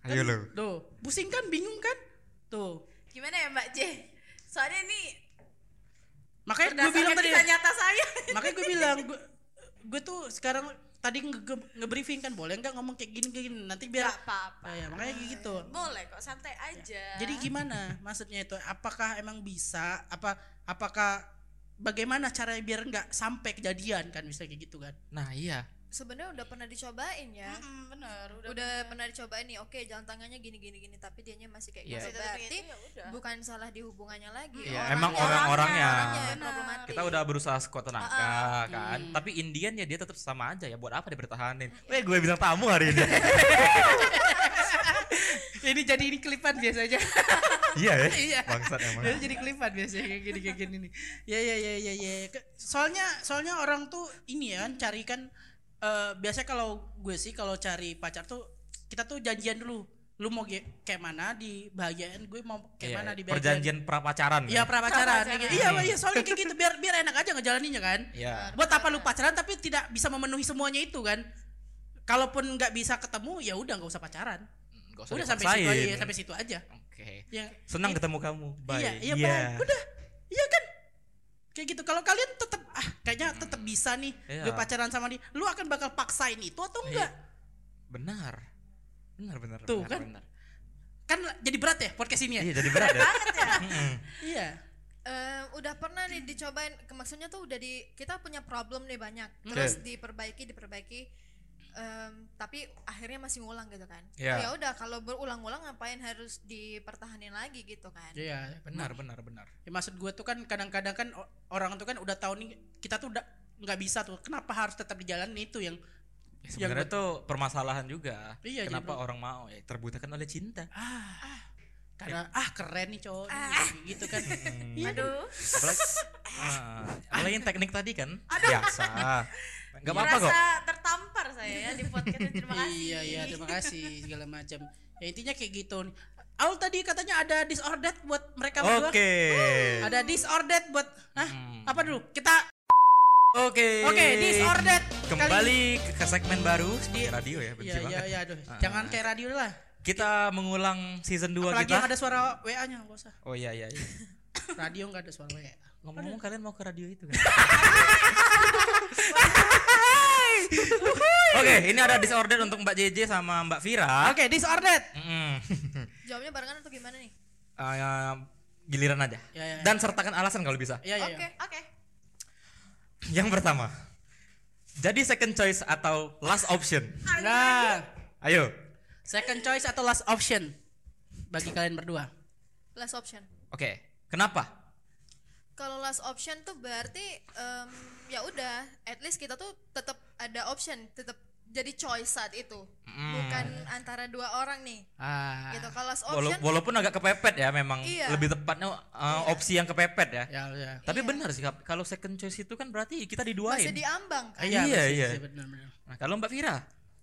S4: Kan,
S3: Ayo lu.
S4: Tuh, pusing kan, bingung kan? Tuh.
S6: gimana ya mbak J soalnya ini
S4: Makanya gue bilang
S6: berdasarkan
S4: tadi ya.
S6: kisah nyata saya
S4: makanya gue bilang gue gue tuh sekarang tadi nge- nge- nge-briefing kan boleh nggak ngomong kayak gini kayak gini nanti biar
S6: nggak apa-apa Iya.
S4: Ah, ya, makanya kayak gitu
S6: boleh kok santai
S4: Iya.
S6: aja
S4: jadi gimana maksudnya itu apakah emang bisa apa apakah bagaimana caranya biar nggak sampai kejadian kan bisa kayak gitu kan
S3: Nah, iya.
S5: Sebenarnya udah pernah dicobain ya.
S6: Mm-mm, bener udah,
S5: Udah, pernah dicobain nih. Oke, jalan tangannya gini gini gini tapi dianya masih kayak
S3: Iya.
S5: gitu. Berarti
S6: ya udah
S5: bukan salah di hubungannya
S3: Iya,
S4: Ya,
S5: lagi. Orangnya-
S3: emang orang-orangnya.
S5: orangnya yang
S6: Benar.
S5: problematik.
S3: Kita udah berusaha sekuat tenaga kan.
S4: Hmm.
S3: Tapi Indian ya dia tetap sama aja ya. Buat apa dipertahanin? Weh, gue bilang tamu hari ini.
S4: ini jadi ini kelipan biasanya
S3: iya ya.
S4: Iya.
S3: Bangsat emang.
S4: Biasanya jadi kelipan biasanya kayak gini kayak gini nih ya ya ya ya ya Ke- soalnya soalnya orang tuh ini ya kan cari kan eh, biasanya kalau gue sih kalau cari pacar tuh kita tuh janjian dulu lu mau ge- kayak mana di bahagiaan gue mau kayak
S3: Iya,
S4: mana di bahagiaan
S3: perjanjian prapacaran.
S4: iya
S3: kan?
S4: prapacaran
S6: Prapacaran.
S4: Kayak- iya iya soalnya kayak gitu biar biar enak aja ngejalaninnya kan
S3: Iya.
S4: buat apa lu pacaran tapi tidak bisa memenuhi semuanya itu kan kalaupun nggak bisa ketemu ya udah Ah, nggak usah pacaran
S3: Gak usah
S4: udah sampai situ
S3: dipaksain.
S4: aja ya, sampai situ aja Ya,
S3: Oke.
S4: yang
S3: Senang ketemu kamu. Bye.
S4: Iya, iya, bye. Udah. Iya kan? Kayak gitu. Kalau kalian tetap ah kayaknya tetap bisa nih
S3: Iya.
S4: gue pacaran sama dia. Lu akan bakal paksain itu atau enggak?
S3: Benar. Benar, Iya. benar.
S4: Tuh,
S3: benar,
S4: kan?
S3: benar.
S4: Kan jadi berat ya podcast ini ya?
S3: Iya, jadi berat ya. Mm-mm.
S4: Iya.
S5: Eh, udah pernah nih dicobain ke- maksudnya tuh udah di kita punya problem nih banyak
S4: Hmm.
S5: terus
S3: Oke.
S5: diperbaiki diperbaiki em, tapi akhirnya masih ngulang gitu kan
S3: Iya.
S5: ya udah kalau berulang-ulang ngapain harus dipertahanin lagi gitu kan
S4: Iya,
S3: Benar, benar, benar.
S4: Ya, maksud gue tuh kan kadang-kadang kan o- orang tuh kan udah tahu nih kita tuh udah nggak bisa tuh. Kenapa harus tetap di jalan itu yang
S3: Ya, Sebenarnya tuh permasalahan juga.
S4: Iya, jadi
S3: Kenapa
S4: berat.
S3: orang mau ya terbutakan oleh cinta.
S4: ah karena
S3: Iya.
S4: ah keren nih cowok nih, kayak gitu kan. Iya.
S6: aduh
S3: Hmm. Apalagi, Ah, apalagi yang teknik tadi kan biasa. Gak apa-apa kok.
S6: merasa tertampar saya ya di podcast ini. terima kasih
S4: Iya iya terima kasih segala macam. Ya intinya kayak gitu. nih. Aul tadi katanya ada disordered buat mereka berdua.
S3: Oke.
S4: Ada disordered buat Hah?
S3: Hmm.
S4: Apa dulu? Kita
S3: Oke.
S4: Oke, disordered. Kali-
S3: Kembali ke segmen baru di radio ya, benci
S4: Iya iya
S3: banget.
S4: iya aduh.
S3: Ah.
S4: Jangan kayak radio lah.
S3: Kita mengulang season 2
S4: Apalagi
S3: kita.
S4: yang ada suara WA-nya enggak usah.
S3: Oh iya iya. iya.
S4: Radio enggak ada suara WA.
S3: Ngomong-ngomong kalian mau ke radio itu kan? Oke, ini ada disorder untuk Mbak JJ sama Mbak Vira.
S4: Oke, disordered.
S3: Mm-mm.
S5: jawabnya barengan atau gimana nih
S3: Eh, giliran aja.
S4: Ya, ya, ya.
S3: Dan sertakan alasan kalau bisa.
S4: Iya iya.
S5: oke
S4: iya.
S5: oke
S3: Yang pertama, jadi second choice atau last option.
S4: Nah,
S3: Ayo.
S4: second choice atau last option bagi kalian berdua.
S5: last option
S3: Oke. Kenapa?
S5: kalau last option tuh berarti em, ya udah at least kita tuh tetap ada option tetap jadi choice saat itu bukan antara dua orang nih
S4: Ah.
S5: gitu kalau last
S3: Wala-
S5: option
S3: walaupun agak kepepet ya memang
S5: Iya.
S3: lebih tepatnya uh,
S4: Iya.
S3: opsi yang kepepet ya.
S4: Ya ya.
S3: Tapi benar sih Kak, kalau second choice itu kan berarti kita diduain.
S5: masih diambang kan
S3: Iya,
S4: betul,
S3: iya.
S4: betul, benar benar.
S3: Nah, kalau Mbak Vira,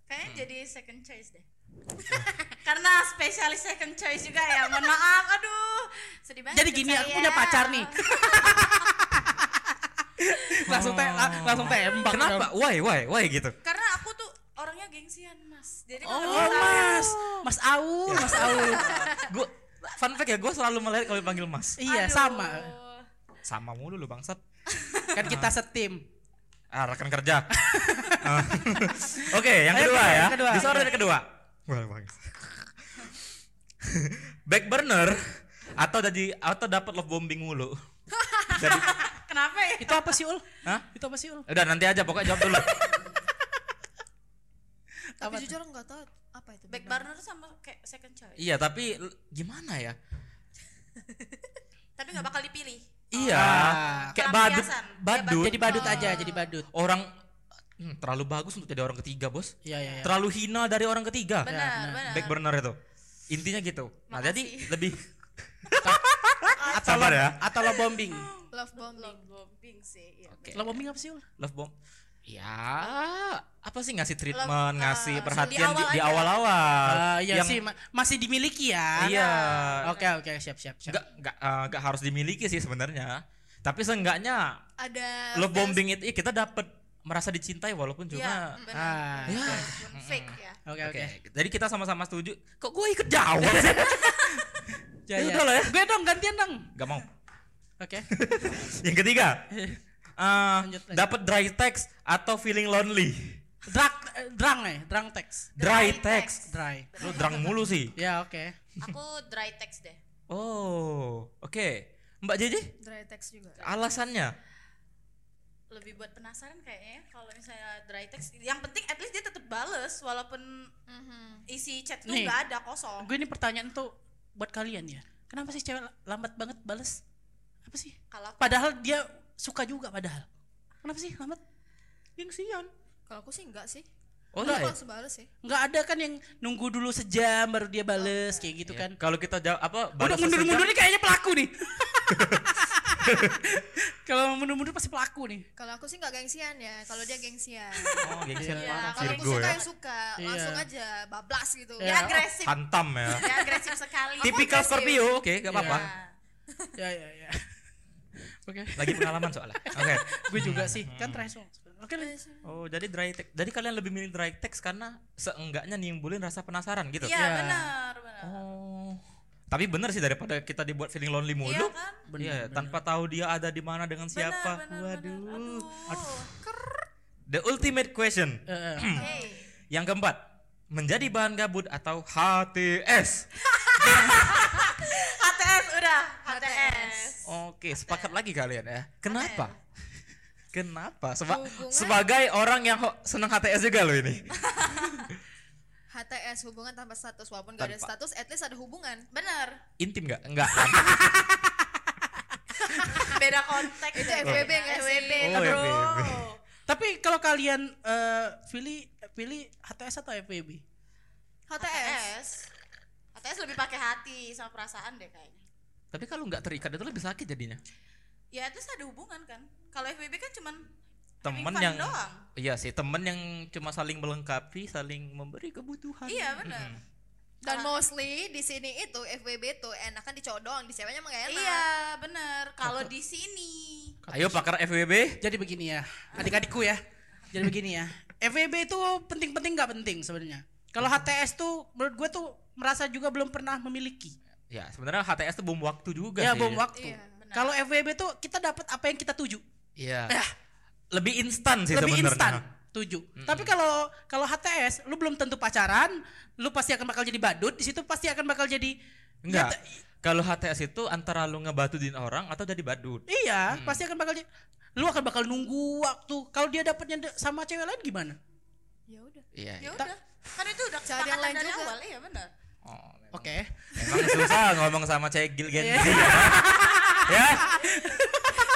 S6: Kayaknya jadi second choice deh. Karena spesialis second choice juga ya. Mohon maaf, aduh. Sedih banget.
S4: Jadi
S6: hidup
S4: gini, aku
S6: saya. ya.
S4: punya pacar nih. langsung te la- langsung tembak.
S3: kenapa?
S4: dong.
S3: Why, why, why gitu?
S6: Karena aku tuh orangnya gengsian, Mas. Jadi
S4: Oh,
S6: kalau
S4: Mas. Mas Aul, Mas Aul.
S3: Gua fun fact ya, gue selalu melihat kalau dipanggil Mas.
S4: iya,
S6: Aduh.
S4: sama.
S3: Sama mulu lu bangsat.
S4: Kan kita setim.
S3: Ah, rekan kerja. Ah. Oke, yang
S4: Ayo,
S3: kedua
S4: kedua,
S3: ya.
S4: yang kedua.
S3: Disorder yang kedua. Wah, bagus. Back burner atau jadi atau dapat love bombing mulu. Jadi,
S6: Kenapa ya?
S4: Itu apa sih, Ul?
S3: Hah?
S4: Itu apa sih, Ul?
S3: udah nanti aja pokoknya jawab dulu.
S5: Tapi
S4: Apa
S5: jujur aku nggak tahu apa
S4: Iya.
S5: itu.
S6: Back burner tuh sama kayak second choice.
S3: iya, tapi l- gimana ya?
S6: Tapi nggak bakal dipilih.
S3: Iya.
S4: Ah,
S3: kayak badut,
S6: Pelampiasan.
S3: badut.
S4: Ya, Jadi badut aja, jadi badut.
S3: orang hmm, terlalu bagus untuk jadi orang ketiga, Bos.
S4: Iya, iya, iya.
S3: Terlalu hina dari orang ketiga.
S5: Nah,
S6: Benar,
S4: Ya,
S6: benar.
S3: Back burner itu. Intinya gitu. Nah, jadi
S6: Makasih.
S3: lebih
S4: Atau
S3: Sabar
S4: lo-
S3: ya.
S4: Atau lo bombing.
S5: Love bombing.
S6: Bombing sih. Iya.
S3: Oke.
S4: Lo bombing apa sih, Ul?
S3: love bomb
S4: Iya.
S3: ya apa sih ngasih treatment
S6: Love,
S3: ngasih
S6: ah,
S3: perhatian
S6: di awal
S3: di
S6: aja.
S3: awal awal
S4: Eh, iya sih, ma- masih dimiliki ya.
S3: iya
S4: Oke, oke, siap, siap, siap.
S3: nggak nggak eh, nggak harus dimiliki sih sebenarnya tapi seenggaknya
S6: Nah,
S5: Ada
S3: love bombing itu ya kita dapat merasa dicintai walaupun cuma
S6: Iya, benar.
S4: Ah.
S3: Ya.
S6: Walaupun fake ya.
S4: Oke,
S3: oke
S4: oke.
S3: jadi kita sama-sama setuju kok gue ikut jawab sih
S4: Ya,
S3: Ya udah lah ya.
S4: Gue dong gantian dong.
S3: nggak mau
S4: Oke.
S3: yang ketiga eh
S4: Lanjut, lanjut.
S3: dapat dry text atau feeling lonely
S4: Drag eh, drang ya, drang text.
S3: dry,
S6: Dry
S3: text.
S4: Dry.
S3: lu drang mulu sih
S4: Ya, oke.
S6: Aku dry text deh.
S3: oh oke mbak Jeje
S5: dry text juga.
S3: alasannya
S6: lebih buat penasaran kayaknya ya, kalau misalnya dry text yang penting at least dia tetap bales walaupun isi chat tuh
S4: Nih.
S6: nggak ada kosong
S4: Gue ini pertanyaan tuh buat kalian ya. Kenapa sih cewek lambat banget bales? Apa sih?
S6: kalau aku-
S4: Padahal dia suka juga padahal. Kenapa sih lambat? Gengsian.
S5: Kalau aku sih enggak sih.
S3: Oh,
S5: Aku
S3: enggak ya?
S5: langsung balas sih.
S4: Nggak ada kan yang nunggu dulu sejam baru dia bales kayak gitu
S3: Ya,
S4: kan.
S3: Kalau kita jawab apa?
S4: Udah
S3: balas sesejam-
S4: mundur-mundur nih kayaknya pelaku nih. Kalau mundur-mundur pasti pelaku nih.
S5: Kalau aku sih enggak gengsian ya. Kalau dia gengsian.
S3: Oh, gengsian
S6: Iya,
S3: parah sih
S5: Kalau aku
S3: gue
S5: suka
S3: ya. Iya.
S5: yang suka,
S4: Iya.
S5: langsung aja bablas gitu.
S6: ya
S4: Ya,
S6: agresif
S3: Hantam ya.
S6: ya agresif sekali
S3: Tipikal
S6: Aku agresif.
S3: Scorpio, oke, nggak apa-apa.
S4: Ya
S6: Ya.
S4: ya ya. Oke.
S3: Lagi pengalaman soalnya. Oke.
S4: Gue juga sih. Kan terakhir. Oke. lah.
S3: Oh, jadi dry text. Jadi kalian lebih milih dry text karena seenggaknya nimbulin rasa penasaran gitu.
S6: iya
S4: Ya.
S6: benar benar
S3: Oh. Tapi bener sih daripada kita dibuat feeling lonely mulu.
S6: iya kan
S4: Benar,
S3: Iya,
S4: benar.
S3: tanpa tahu dia ada di mana dengan
S6: Benar,
S3: siapa.
S6: benar,
S3: Waduh.
S6: benar. aduh
S3: The ultimate question.
S4: Eh, eh.
S3: Hmm.
S6: hey
S3: Yang keempat, menjadi bahan gabut atau HTS.
S6: HTS udah HTS
S5: HTS.
S3: Oke, sepakat lagi kalian ya. Kenapa? Kenapa? Seba-
S5: Hubungan-
S3: sebagai orang yang ho- seneng HTS juga lo ini.
S5: HTS hubungan tanpa status walaupun gak ada
S3: Tanpa.
S5: status, at least ada hubungan.
S6: benar
S3: Intim nggak? Nggak.
S6: beda konteks ya.
S5: Itu FWB nggak sih?
S3: Oh,
S6: FWB bro
S3: FWB.
S4: Tapi kalau kalian eh, pilih pilih HTS atau FWB?
S5: HTS.
S6: HTS HTS lebih pakai hati sama perasaan deh kayaknya
S3: Tapi kalau nggak terikat itu lebih sakit jadinya.
S6: ya terus ada hubungan kan kalau FBB kan cuman
S3: Temen
S6: having fun
S3: yang
S6: doang
S3: Iya sih, temen yang cuma saling melengkapi, saling memberi kebutuhan.
S6: iya benar
S5: Dan mostly di sini itu FWB tuh enakan di cowok doang, di ceweknya emang gak enak.
S6: iya benar kalau di sini
S3: Ayo pakar FWB.
S4: Jadi begini ya, adik-adikku ya. Jadi begini ya. FWB itu penting-penting nggak penting sebenarnya. Kalau HTS tuh menurut gue tuh merasa juga belum pernah memiliki.
S3: Ya, sebenarnya HTS tuh bom waktu juga sih.
S4: ya bom waktu.
S5: Iya, benar.
S4: Kalau FWB tuh kita dapat apa yang kita tuju.
S3: Iya. Lebih instan sih
S4: Lebih
S3: sebenarnya.
S4: instan tuju. Tapi kalau kalau HTS lu belum tentu pacaran, lu pasti akan bakal jadi badut, di situ pasti akan bakal jadi
S3: Enggak.
S4: Ya, t-
S3: Kalau HTS itu antara lu ngebatuin orang atau jadi badut.
S4: Iya, pasti akan bakal jadi- lu akan bakal nunggu waktu. Kalau dia dapatnya de- sama cewek lain gimana?
S5: Ya udah.
S3: Iya.
S6: ya
S3: iya.
S6: udah kan itu udah
S5: Cari yang
S6: kesepakatan
S5: lain
S6: dari
S5: juga.
S6: awal ya benar
S3: Oh, memang-
S4: Oke.
S3: Emang susah ngomong sama cegil Gen
S4: Iya.
S3: Z ya. ya.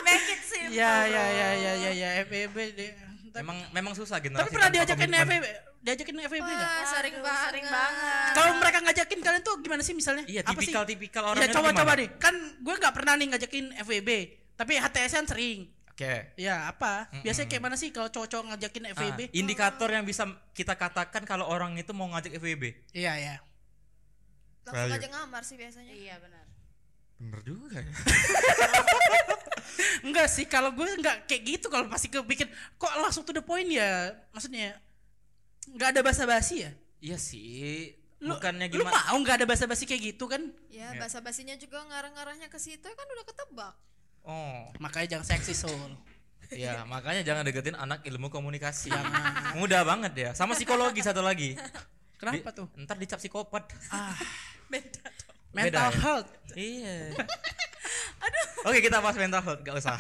S6: make it simple
S4: Ya ya ya ya ya ya FBB deh. Tapi,
S3: Memang memang susah generasi.
S4: tapi pernah
S3: Nah, tanpa
S4: diajakin
S3: komitmen.
S4: FBB? Diajakin FBB enggak?
S5: Wah, Ah, sering
S6: Aduh,
S5: banget.
S6: sering banget.
S4: Kalau mereka ngajakin kalian tuh gimana sih misalnya?
S3: Iya,
S4: Apa sih?
S3: tipikal-tipikal orang
S4: Ya coba-coba deh. Kan gue nggak pernah nih ngajakin FBB, tapi HTS-an sering.
S3: Oke.
S4: Ya apa?
S3: Mm-mm.
S4: Biasanya kayak mana sih kalau cowok-cowok ngajakin
S3: Ah,
S4: FVB?
S3: indikator yang bisa kita katakan kalau orang itu mau ngajak FWB.
S4: Iya ya.
S5: Langsung
S3: Value.
S5: aja ngamar sih biasanya.
S6: Iya benar.
S3: Bener juga ya.
S4: Enggak sih kalau gue enggak kayak gitu kalau pasti kepikiran kok langsung to the point ya. Maksudnya enggak ada basa-basi ya?
S3: Iya sih.
S4: Lu,
S3: Bukannya
S4: lu
S3: gimana?
S4: mau enggak ada basa-basi kayak gitu kan?
S5: Ya,
S3: Iya.
S5: bahasa basinya juga ngarah-ngarahnya ke situ kan udah ketebak.
S3: Oh,
S4: Makanya jangan seksi soul.
S3: iya makanya jangan deketin anak ilmu komunikasi. Mudah banget ya. Sama psikologi satu lagi.
S4: Kenapa
S3: Di-
S4: tuh? Ah.
S3: Ntar dicap psikopat. Beda
S4: Mental
S3: ya?
S4: health.
S3: iya. Aduh. Oke, kita bahas mental health, gak usah.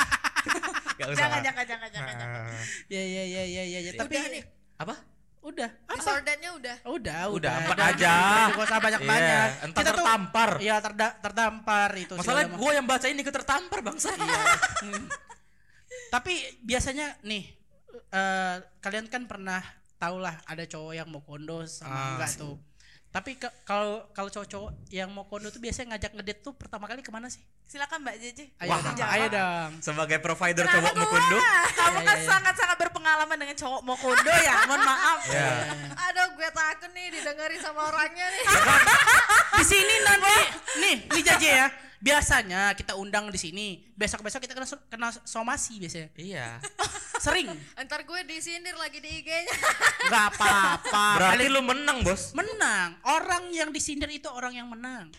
S3: gak usah.
S6: Jangan jangan jangan jangan. jangan.
S3: Ah.
S4: Ya ya ya ya ya ya. Tapi
S5: Udah nih.
S3: Apa?
S4: udah. Apa?
S5: Disordernya udah.
S4: Udah,
S3: Udah,
S4: udah.
S3: empat
S4: udah.
S3: aja.
S4: Gak usah banyak-banyak.
S3: Iya, entar tertampar.
S4: Iya, terda- tertampar itu.
S3: Masalah
S4: segala macam.
S3: gue yang baca ini ketertampar bangsa.
S4: Iya. Tapi biasanya nih eh, kalian kan pernah tau lah ada cowok yang mau kondo
S3: Ah.
S4: sama enggak tuh. Tapi ke- kalau kalau cowok-cowok yang mau kondo tuh biasanya ngajak ngedate tuh pertama kali kemana sih?
S6: Silakan Mbak Jeje.
S4: Ayo
S3: Wah.
S4: dong, ayo dong.
S3: Sebagai provider
S6: Kenapa
S3: cowok
S6: gua?
S3: mukundung.
S6: Kamu
S4: Iya,
S6: kan
S4: iya, iya.
S6: sangat-sangat berpengalaman dengan cowok Mokondo ya. Mohon maaf.
S3: Iya.
S5: Aduh, gue takut nih didengerin sama orangnya nih.
S4: Di sini nanti nih, nih jaje ya. Biasanya kita undang di sini. Besok-besok kita kena so- kena somasi biasanya.
S3: Iya.
S4: Sering.
S5: Ntar gue disindir lagi di IG-nya.
S4: Enggak apa-apa.
S3: Berarti
S4: Kalian
S3: lu menang, Bos.
S4: menang. Orang yang disindir itu orang yang menang.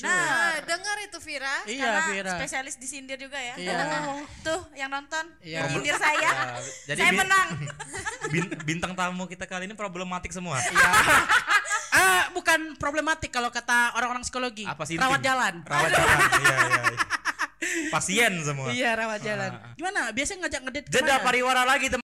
S5: Nah,
S6: Benar.
S5: denger itu Vira.
S4: Iya,
S6: Karena
S4: Vira.
S6: spesialis disindir juga ya.
S4: Iya.
S6: Tuh yang nonton,
S4: Iya.
S6: yang nyindir saya.
S3: Jadi
S6: ya. saya
S3: bin-
S6: menang.
S3: bin- bintang tamu kita kali ini problematik semua.
S4: Iya. Ah, bukan problematik kalau kata orang-orang psikologi.
S3: Apa sih?
S4: Rawat
S3: Tim?
S4: jalan.
S3: Rawat jalan. Iya, iya. iya. Pasien semua.
S4: Iya, rawat jalan.
S3: Ah, ah.
S4: Gimana? Biasanya ngajak ngedit
S3: Jeda pariwara lagi teman.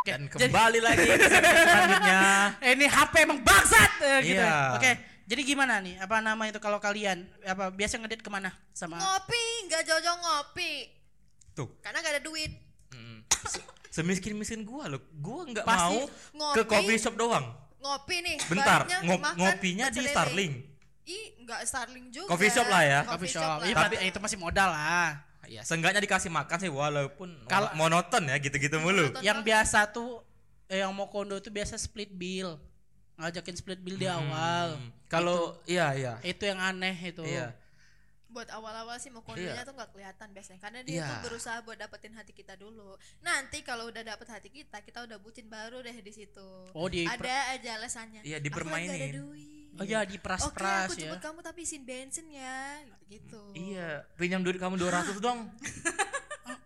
S3: Dan kembali lagi ke segmen selanjutnya.
S4: Eh, ini HP emang bangsat eh, gitu.
S3: Iya.
S4: Oke. Jadi gimana nih? Apa nama itu kalau kalian apa biasa ngedit kemana sama
S5: Ngopi, nggak jauh-jauh ngopi.
S3: Tuh.
S5: Karena gak ada duit.
S3: Mm. Se- Semiskin-miskin gua loh. Gua nggak
S4: Pasti
S3: mau ke
S5: ngopi.
S3: coffee shop doang.
S5: Ngopi nih.
S3: Bentar,
S5: baliknya
S3: ngop-
S5: makan
S3: ngopinya di
S5: pecelele.
S3: Starling.
S5: Ih, nggak Starling juga.
S3: Coffee shop lah ya.
S4: coffee
S5: Coffee
S4: shop?
S5: lah.
S4: Iya, berarti itu masih modal lah.
S3: Ya, seenggaknya dikasih makan sih walaupun
S4: Ah, iya. Kalau-
S3: monoton ya gitu-gitu mulu.
S5: Monoton.
S4: Yang biasa tuh eh, yang mau kondo itu biasa split bill. Ngajakin split bill di awal.
S3: Hmm. Kalau
S4: Gitu.
S3: iya iya.
S4: Itu yang aneh itu.
S3: Iya.
S5: buat awal-awal sih
S4: Iya.
S5: mau kondonya tuh nggak kelihatan biasanya karena dia
S3: Iya.
S5: tuh berusaha buat dapetin hati kita dulu nanti kalau udah dapet hati kita kita udah bucin baru deh di situ
S4: Oh, di-
S5: ada aja alasannya
S3: Iya,
S5: aku lagi
S3: dipermainin.
S5: ada duit
S4: Oh iya
S5: oke
S4: diperas-peras
S5: aku
S4: ya.
S5: jemput kamu tapi isin bensin ya gitu
S3: Iya, pinjam duit kamu 200 dong.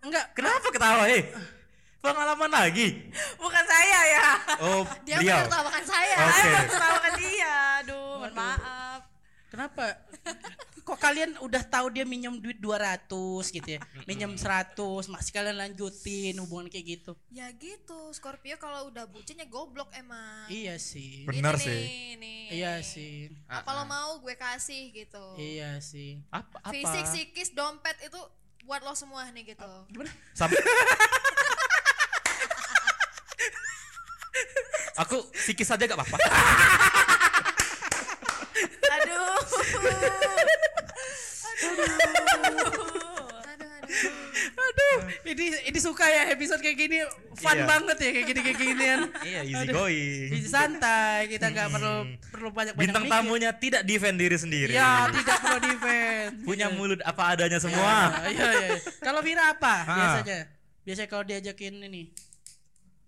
S4: Enggak,
S3: Kenapa ketawa, eh? Pengalaman lagi.
S6: Bukan saya ya.
S3: Oh,
S5: dia ya.
S3: beliau.
S5: menertawakan saya
S3: Oke.
S6: Saya baru tahu ke dia. Aduh, mohon maaf.
S4: Kenapa? Kok kalian udah tahu dia minjem duit 200 gitu ya.
S3: Hmm.
S4: Minjem 100, masih kalian lanjutin hubungan kayak gitu.
S5: ya gitu Scorpio kalau udah bucin ya goblok emang
S4: Iya sih.
S3: Benar
S5: Ini
S3: sih.
S5: nih, nih.
S4: Iya sih.
S5: apa
S4: ah.
S5: lo mau gue kasih gitu
S4: Iya sih.
S3: Apa apa?
S5: fisik psikis dompet itu buat lo semua nih gitu
S4: Ah,
S3: Sam- Aku sikis saja gak apa-apa.
S6: Aduh.
S5: aduh aduh
S4: Aduh, ini ini suka ya episode kayak gini fun
S3: Iya.
S4: banget ya kayak gini kayak ginian.
S3: Iya, easy
S4: Aduh.
S3: going.
S4: Bisa santai, kita nggak perlu perlu banyak banyak
S3: Hmm. Bintang tamunya tidak defend diri sendiri.
S4: Ya, tidak perlu defense.
S3: Punya
S4: Gitu.
S3: mulut apa adanya semua.
S4: Iya, Iya, iya. Kalau Vira apa
S3: Ah.
S4: biasanya? Biasanya kalau diajakin ini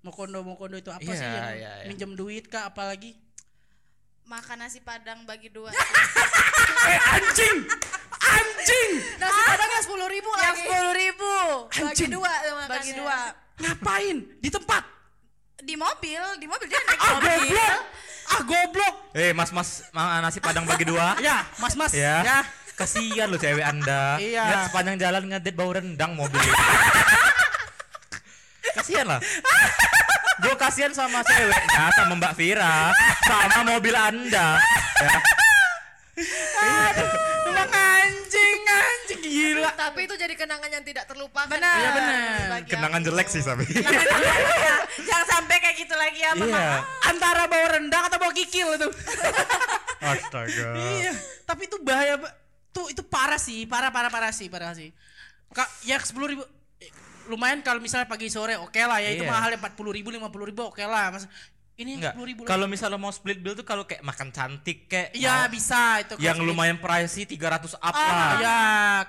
S4: Mokondo Mokondo itu apa sih
S3: Iya,
S4: yang
S3: iya, iya.
S4: minjem duit kah apalagi?
S6: Makan nasi padang bagi dua.
S4: eh anjing. Anjing.
S5: nasi padangnya sepuluh ribu
S6: yang
S5: lagi
S6: sepuluh ribu.
S5: bagi
S4: Anjing.
S5: dua tuh makannya.
S6: Bagi dua.
S4: Ngapain? Di tempat.
S6: Di mobil, di mobil dia naik
S4: Ah
S6: mobil.
S4: goblok. Ah goblok.
S3: Eh, mas-mas ma- nasi padang bagi dua.
S4: Ya, Mas-mas.
S3: Ya.
S4: Ya.
S3: Kasihan lo cewek Anda.
S4: Iya.
S3: Lihat sepanjang jalan ngedit bau rendang mobil. kasihan lah. Gue kasihan sama cewek, ya, sama Mbak Vira, sama mobil Anda.
S4: Emang anjing, anjing gila.
S5: tapi itu jadi kenangan yang tidak terlupakan
S6: Benar.
S4: Iya, benar.
S6: Bagi
S3: Kenangan
S6: aku.
S3: jelek sih tapi.
S6: Kenangan jelek ya. Jangan sampai kayak gitu lagi ya, mohon
S3: Iya.
S6: maaf.
S4: Antara bawa rendang atau bawa kikil itu.
S3: Astaga.
S4: Iya, tapi itu bahaya ba- tuh itu parah sih, parah parah parah sih, parah sih. Kak, ya sepuluh ribu. Eh, lumayan kalau misalnya pagi sore oke lah ya itu
S3: Iya.
S4: mahal empat puluh ribu lima puluh ribu oke lah mas ini
S3: Enggak.
S4: puluh ribu
S3: Kalau misalnya mau split bill tuh kalau kayak makan cantik kayak
S4: iya
S3: mau-
S4: bisa itu
S3: yang
S4: kalau-
S3: lumayan pricey 300 up lah.
S4: Ah, ya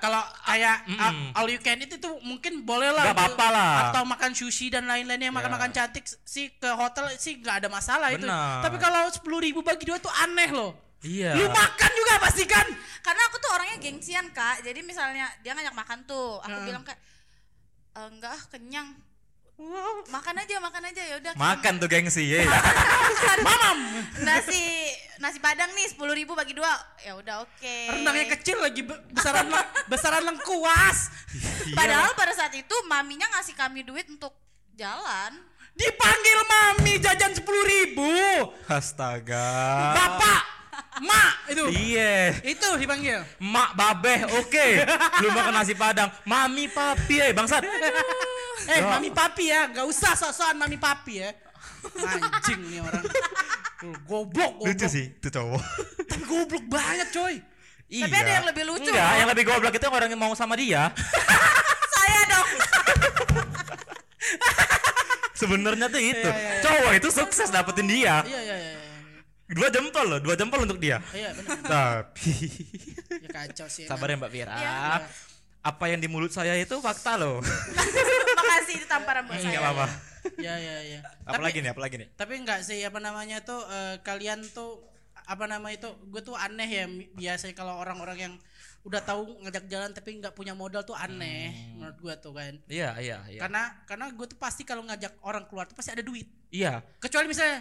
S4: kalau kayak
S3: Mm-mm.
S4: a- all you can eat itu mungkin boleh lah
S3: Nggak apa-apa lah. Iya.
S4: atau makan sushi dan lain-lainnya makan-makan cantik sih ke hotel sih nggak ada masalah itu
S3: Benar.
S4: tapi kalau sepuluh ribu bagi dua itu aneh loh
S3: Iya.
S4: lu makan juga pasti kan
S6: karena aku tuh orangnya gengsian kak jadi misalnya dia ngajak makan tuh aku bilang kayak "Eh, enggak ah, kenyang makan aja makan aja ya udah
S3: Makan tuh gengsi ya.
S4: mamam
S6: nasi nasi padang nih sepuluh ribu bagi dua ya udah oke
S4: rendangnya kecil lagi be- besaran le- besaran lengkuas
S6: padahal pada saat itu maminya ngasih kami duit untuk jalan
S4: dipanggil mami jajan sepuluh ribu
S3: Astaga.
S4: bapak mak itu
S3: Iya.
S4: itu dipanggil
S3: Mak babeh, oke. Lu makan nasi padang. Mami papi, eh bangsat. Iya.
S4: Eh, mami papi ya, nggak usah sok-sokan mami papi ya. Anjing nih orang. Tuh, Goblok, goblok.
S3: itu cowok.
S4: Tapi goblok banget, coy.
S3: Iya.
S6: tapi ada yang lebih lucu
S3: Enggak,
S6: loh.
S3: yang lebih goblok itu orang yang mau sama dia.
S6: saya dong
S3: Sebenarnya tuh
S6: Iya,
S3: itu. Cowok itu sukses dapetin dia.
S4: Iya, iya, iya.
S3: Dua jempol loh, dua jempol untuk dia.
S4: Iya, benar.
S3: Tapi
S4: Ya kacau sih. emang.
S3: sabar ya Mbak Vira.
S6: Iya.
S3: Apa yang di mulut saya itu fakta loh.
S6: makasih itu tamparan buat
S3: Enggak
S6: saya
S3: apa-apa.
S4: Iya, iya, iya.
S3: Apalagi nih, apalagi nih.
S4: Tapi enggak sih apa namanya tuh eh, kalian tuh apa nama itu gue tuh aneh ya mi- biasanya kalau orang-orang yang udah tahu ngajak jalan tapi nggak punya modal tuh aneh menurut gue tuh kan
S3: Iya, iya, Hmm. iya.
S4: karena karena gue tuh pasti kalau ngajak orang keluar tuh pasti ada duit
S3: Iya.
S4: kecuali misalnya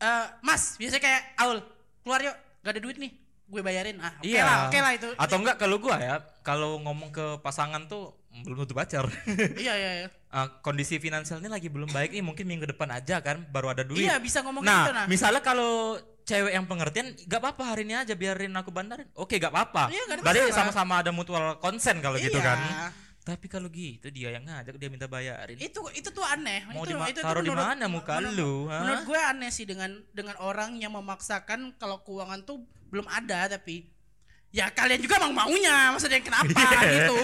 S4: eh mas biasanya kayak Aul keluar yuk gak ada duit nih gue bayarin ah oke
S3: Iya.
S4: lah oke lah itu
S3: Atau enggak kalau gua ya, kalau ngomong ke pasangan tuh belum tentu pacar.
S4: iya iya iya
S3: Eh, kondisi finansialnya lagi belum baik nih, mungkin minggu depan aja kan baru ada duit.
S4: Iya, bisa ngomong
S3: nah,
S4: gitu, nah.
S3: misalnya kalau cewek yang pengertian gak apa-apa hari ini aja biarin aku bandarin. Oke, gak apa-apa.
S4: Iya, nggak ada
S3: Berarti
S4: masalah.
S3: sama-sama ada mutual consent kalau gitu
S4: Iya.
S3: kan. Tapi kalau gitu dia yang ngajak dia minta bayarin.
S4: itu itu tuh aneh
S3: Mau
S4: itu,
S3: dima-
S4: itu, itu
S3: taruh di
S4: menurut-
S3: mana muka
S4: menurut-
S3: lu, ha?
S4: menurut gue aneh sih dengan dengan orang yang memaksakan kalau keuangan tuh belum ada tapi ya kalian juga mau maunya maksudnya kenapa
S3: Iya.
S4: gitu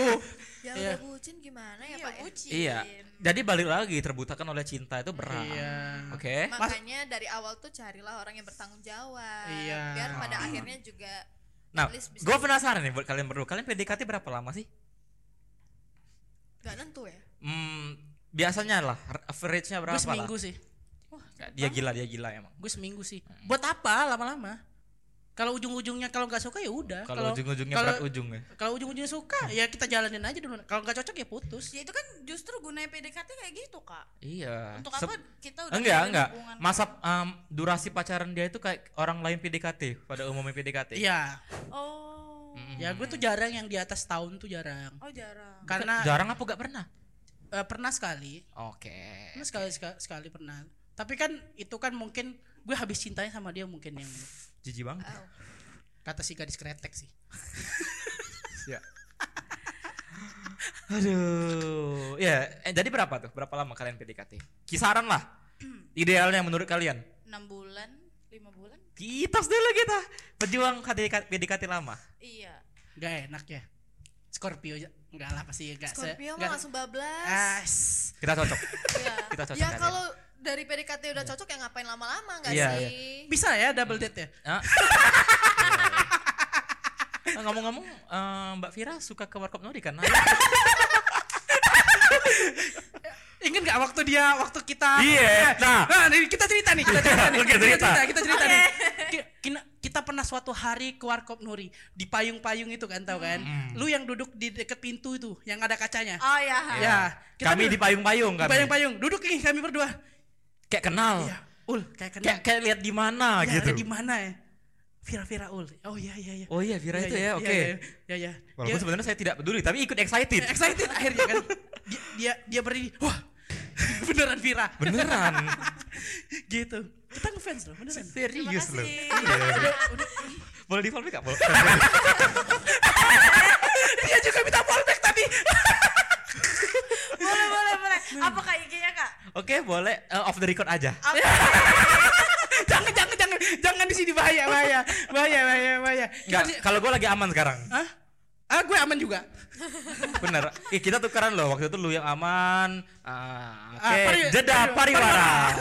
S5: Ya
S4: Iya.
S5: udah bucin gimana ya,
S6: Iya,
S5: Pak? ya?
S6: bucin.
S3: Iya. Jadi balik lagi terbutakan oleh cinta itu berat.
S4: iya
S3: Oke.
S5: Makanya dari awal tuh carilah orang yang bertanggung jawab.
S4: Iya.
S5: Biar pada
S3: Hmm.
S5: akhirnya juga
S3: Nah,
S5: at least bisa-
S3: gue penasaran nih buat kalian berdua. Kalian PDKT berapa lama sih?
S5: gak nentu ya.
S3: Hmm, biasanya lah r- average-nya berapa
S4: gue seminggu
S3: lah?
S4: sih
S3: Dia gila, dia gila emang.
S4: gue seminggu sih buat apa lama-lama kalau ujung-ujungnya kalau nggak suka ya udah
S3: Kalau ujung-ujungnya
S4: kalau-
S3: berat ujung ya.
S4: kalau ujung-ujungnya suka ya kita jalanin aja dulu kalau nggak cocok ya putus
S6: ya itu kan justru gunanya PDKT kayak gitu kak
S3: Iya.
S6: untuk
S3: Sep-
S6: apa kita udah
S3: enggak,
S6: menjalin
S3: enggak.
S6: hubungan?
S3: Masa em, durasi pacaran dia itu kayak orang lain PDKT pada umumnya PDKT.
S4: iya
S6: oh
S4: ya gue tuh jarang yang di atas tahun tuh jarang
S6: oh jarang
S4: karena
S3: jarang apa gak pernah?
S4: eh, pernah sekali
S3: Oke.
S4: pernah sekali sekali, sekali pernah tapi kan itu kan mungkin gue habis cintanya sama dia mungkin yang
S3: Jijik banget.
S4: kata si gadis kretek sih
S3: Ya. Aduh. Ya, eh, jadi berapa tuh? Berapa lama kalian PDKT? Kisaran lah. Idealnya menurut kalian.
S6: enam bulan lima bulan
S3: Kitas dulu kita. Pejuang KDK PDKT lama.
S6: iya
S4: gak enak ya Scorpio aja. enggak lah pasti
S3: Eh,
S4: enggak se-
S5: Scorpio mah
S4: enggak-
S5: langsung bablas.
S4: Ah, s-
S3: Kita cocok.
S6: iya
S3: Kita cocok.
S5: ya
S3: kalian.
S5: kalau dari PDKT udah cocok ya ngapain lama-lama gak
S3: Iya,
S5: sih?
S4: bisa ya double date ya
S3: Ah. Nah, ngomong-ngomong eh, Mbak Vira suka ke warkop Nori kan?
S4: Ingat gak waktu dia waktu kita
S3: Iya, nah.
S4: nah ini kita cerita nih kita cerita nih
S3: Oke,
S4: kita
S3: cerita.
S4: cerita kita cerita nih Ki- kina- kita pernah suatu hari ke warkop Nuri di payung-payung itu kan tau kan
S3: Hmm.
S4: lu yang duduk di deket pintu itu yang ada kacanya
S6: oh ya
S4: ya kita
S3: kami
S4: duduk
S3: di payung-payung kami.
S4: payung-payung duduk nih kami berdua
S3: Kayak kenal.
S4: ya ul kayak kenal
S3: Oh. Kayak kayak lihat Iya. di mana
S4: ya,
S3: gitu.
S4: ada di mana ya Vira Vira ul oh iya iya iya
S3: Oh iya Vira itu ya, oke. Iya.
S4: ya ya
S3: Walaupun
S4: Ya,
S3: sebenarnya saya tidak peduli, tapi ikut excited.
S4: excited akhirnya kan dia dia, dia berdiri wah beneran Vira
S3: Beneran.
S4: gitu kita ngefans loh beneran
S3: Serius loh.
S6: kasih.
S3: Iya. Boleh di follow gak? Boleh.
S4: dia juga minta fallback tadi
S6: boleh boleh boleh apa kak IG-nya kak
S3: Oke, boleh Eh, off the record aja.
S4: jangan jangan jangan jangan di sini bahaya bahaya bahaya bahaya bahaya
S3: Enggak, kalau gue lagi aman sekarang.
S4: Hah? ah gue aman juga
S3: Bener. Ih, kita tukeran loh. Waktu itu lu yang aman. Ah, Oke,
S4: Ah, pari-
S3: jeda
S4: pari-
S3: pariwara.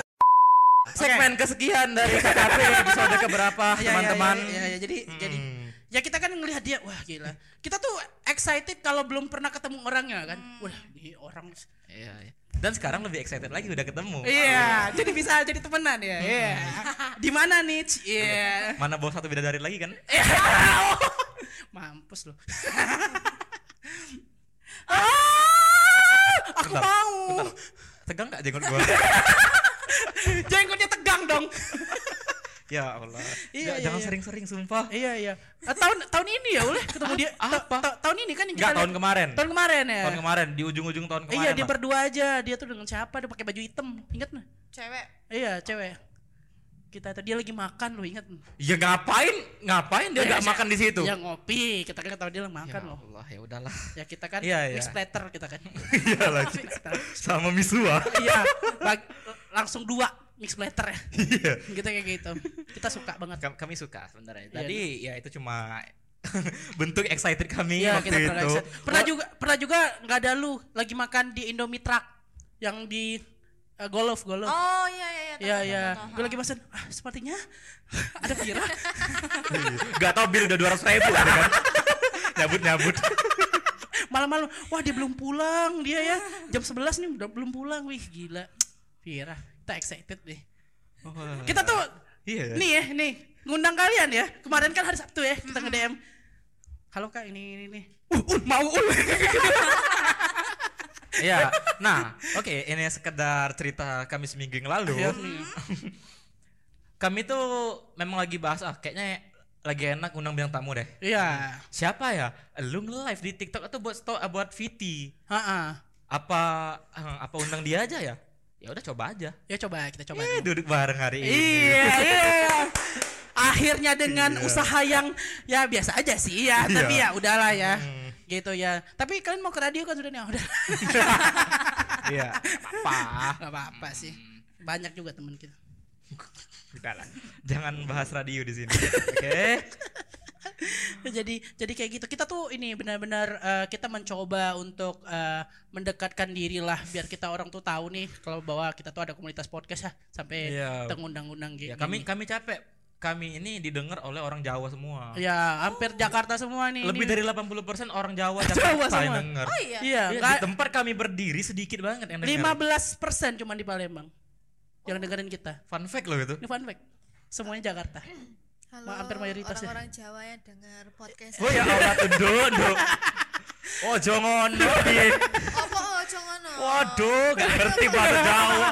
S3: Segmen kesekian dari KKP episode keberapa
S4: Ah, ya, ya,
S3: teman-teman?
S4: ya, ya, ya, jadi jadi
S3: Hmm.
S4: ya kita kan ngelihat dia wah gila kita tuh excited kalau belum pernah ketemu orangnya kan wah ini orang
S3: Iya, iya. Dan sekarang lebih excited lagi udah ketemu.
S4: Iya, jadi bisa jadi temenan ya. Iya.
S3: Hmm.
S4: Di mana nih? Iya.
S3: Mana bawa satu bidadari lagi kan?
S4: Eh, Mampus loh. Ah, aku
S3: Bentar,
S4: mau.
S3: bentar. Tegang gak jenggot gua?
S4: Jenggotnya tegang dong.
S3: ya Allah.
S4: Iya,
S3: Ja-
S4: iya,
S3: jangan
S4: iya.
S3: sering-sering sumpah.
S4: iya iya. Eh, tahun tahun ini ya oleh ketemu dia. Ta-
S3: Apa?
S4: ta- tahun ini kan yang
S3: Enggak
S4: lihat-
S3: tahun kemarin.
S4: Tahun kemarin ya.
S3: Tahun kemarin di ujung-ujung tahun kemarin.
S4: Iya, dia
S3: lah.
S4: berdua aja. Dia tuh dengan siapa? Dia pakai baju hitam. Ingat nggak?
S6: cewek
S4: Iya, cewek. Kita tadi dia lagi makan loh, ingat. nggak?
S3: Ya ngapain? Ngapain dia gak makan di situ?
S4: Ya ngopi, kita kan tahu dia lagi Iya, makan
S3: ya
S4: loh.
S3: Allah, ya udahlah.
S4: Ya kita kan
S3: Iya,
S4: mixed
S3: iya.
S4: platter kita kan.
S3: Iya lagi.
S4: Mixed platter.
S3: Sama Misua.
S4: Iya, lag- langsung dua mix platter ya.
S3: Iya.
S4: Gitu kayak gitu. Kita suka banget.
S3: Kam- kami suka sebenarnya.
S4: Iya,
S3: Tadi ya itu cuma bentuk excited kami
S4: Iya,
S3: waktu
S4: kita pernah
S3: itu.
S4: excited. Pernah juga pernah juga nggak ada lu lagi makan di Indomie Truck yang di eh, Golof, Golof.
S6: oh iya iya iya
S4: Iya,
S6: tahu,
S4: iya.
S6: tahu, tahu,
S4: Gue
S6: tahu.
S4: lagi pesan, ah, sepertinya ada Vira.
S3: Gak tau bill udah 200 ribu ada kan. nyabut nyabut.
S4: Malam-malam, wah dia belum pulang dia ya. Jam 11 nih udah belum pulang. Wih, gila. Vira, kita excited deh. Kita tuh
S3: Iya.
S4: Nih ya, nih ngundang kalian ya. Kemarin kan hari Sabtu ya kita nge-DM. Halo Kak, ini ini ini. Uh, un, mau un.
S3: Iya. Nah, oke ini sekedar cerita kami seminggu yang lalu.
S4: Ya, nih.
S3: Kami tuh memang lagi bahas ah kayaknya lagi enak undang bintang tamu deh.
S4: Iya.
S3: Siapa ya? Lu nge-live di TikTok atau buat sto buat VT?
S4: Heeh.
S3: Apa eh, apa undang dia aja ya? Ya udah coba aja.
S4: Ya coba kita coba.
S3: Eh,
S4: dulu.
S3: duduk bareng hari ini.
S4: Iya, iya. Akhirnya dengan
S3: Iya.
S4: usaha yang ya biasa aja sih ya, tapi ya udahlah ya.
S3: Hmm.
S4: Gitu ya. Tapi kalian mau ke radio kan sudah nih, udah.
S3: Iya. Apa?
S4: Gak apa-apa sih. Banyak juga teman kita.
S3: Udah lah. Jangan bahas radio di sini. Oke.
S4: jadi jadi kayak gitu kita tuh ini benar-benar eh, kita mencoba untuk eh, mendekatkan diri lah biar kita orang tuh tahu nih kalau bahwa kita tuh ada komunitas podcast ya sampai
S3: Iya.
S4: kita ngundang-undang gitu
S3: Ya, kami kami capek. Kami ini didengar oleh orang Jawa semua.
S4: ya hampir Jakarta semua nih
S3: Lebih dari
S4: ini.
S3: 80% orang Jawa
S4: Jawa
S3: Jakarta yang
S4: semua.
S3: denger.
S6: oh iya
S4: iya
S3: Iya,
S4: nggak-
S3: di tempat kami berdiri sedikit banget yang denger.
S4: 15 persen cuma di Palembang yang dengerin kita
S3: Fun fact loh itu.
S4: ini fun fact semuanya Jakarta
S5: Halo,
S4: hampir mayoritas ya.
S5: orang-orang Jawa yang dengar podcast.
S3: Oh ya Allah tuh duduk. Oh jongon Dodin.
S5: Apa oh, congono?
S3: Waduh, gak ngerti pada jauh.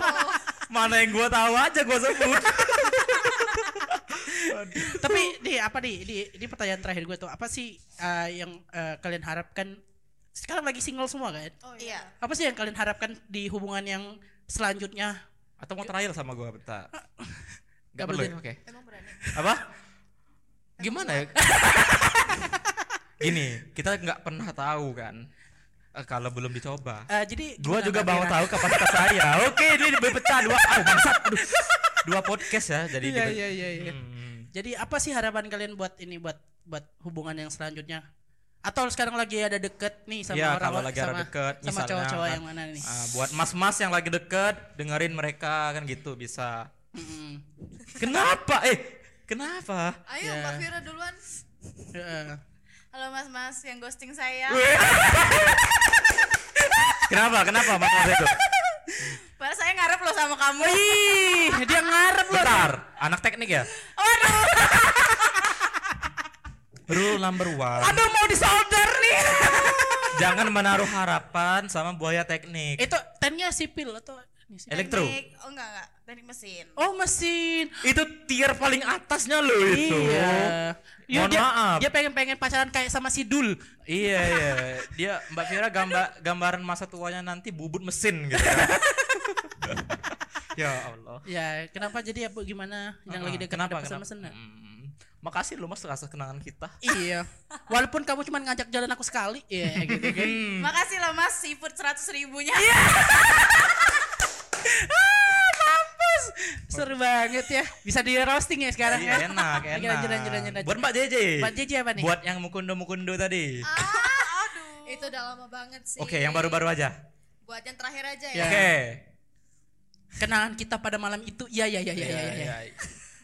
S3: Mana yang gua tahu aja gua sebut.
S4: tapi di apa di di di pertanyaan terakhir gue tuh apa sih eh, yang eh, kalian harapkan sekarang lagi single semua kan
S5: Oh iya.
S6: iya
S4: apa sih yang kalian harapkan di hubungan yang selanjutnya
S3: Atau mau trial sama gua bentar. Gak
S4: Gak
S3: perlu. ya?
S4: boleh.
S3: Oke.
S5: Emang berani.
S3: apa gimana ya gini kita nggak pernah tahu kan eh, kalau belum dicoba
S4: Eh, jadi
S3: gua
S4: gimana,
S3: juga
S4: Mbak
S3: baru
S4: Mira?
S3: tahu kapasitas saya oke ini pecah dua ah, bangsat. Aduh. dua podcast ya jadi
S4: Iya
S3: dibe-
S4: iya iya. iya.
S3: Hmm.
S4: Jadi apa sih harapan kalian buat ini buat buat hubungan yang selanjutnya? Atau sekarang lagi ada deket nih sama
S3: Iya,
S4: orang
S3: kalau lagi ada
S4: sama,
S3: deket,
S4: sama
S3: misalnya
S4: cowok-cowok
S3: kan,
S4: yang mana nih?
S3: ah, buat mas-mas yang lagi deket dengerin mereka kan gitu bisa
S4: Mm-mm.
S3: kenapa eh kenapa
S5: Ayo Mbak
S3: Iya.
S5: Vira duluan.
S4: Heeh.
S6: halo mas mas yang ghosting saya
S3: kenapa kenapa mas mas itu
S6: Padahal saya ngarep loh sama kamu
S3: Oh, iya.
S4: Ih, dia ngarep loh.
S3: bentar anak teknik ya
S6: waduh
S3: rule number one
S4: Aduh mau disolder nih.
S3: jangan menaruh harapan sama buaya teknik
S4: Itu tennya sipil atau ini sih?
S3: Elektro.
S6: Teknik- oh enggak enggak teknik mesin
S4: Oh mesin.
S3: itu tier paling atasnya loh itu.
S4: Iya. Iya,
S3: Mohon
S4: dia,
S3: maaf.
S4: Dia pengen pengen pacaran kayak sama si Dul.
S3: Iya iya. Dia Mbak Fira gambar gambaran masa tuanya nanti bubut mesin gitu. kan. ya Allah.
S4: Ya, kenapa jadi apa gimana yang lagi
S3: Heeh,
S4: deket ada pesan-pesan nggak?
S3: Hmm, Makasih loh Mas rasa kenangan kita.
S4: Iya. Walaupun kamu cuma ngajak jalan aku sekali, ya gitu kan.
S3: Hmm.
S6: makasih loh mas seafood seratus ribunya
S3: Iya.
S4: Mampus. Seru banget ya. Bisa di roasting ya sekarang ya.
S3: Iya, enak, enak.
S4: Lanjut, lanjut, lanjut, lanjut.
S3: Buat Mbak JJ.
S4: Buat JJ apa nih?
S3: Buat yang mukundo-mukundo tadi.
S5: Ah, Itu udah lama banget sih.
S3: Oke, yang baru-baru aja.
S5: Buat yang terakhir aja
S4: Iya.
S5: ya.
S3: Oke.
S4: Kenangan kita pada malam itu. Iya iya iya iya iya. Ya,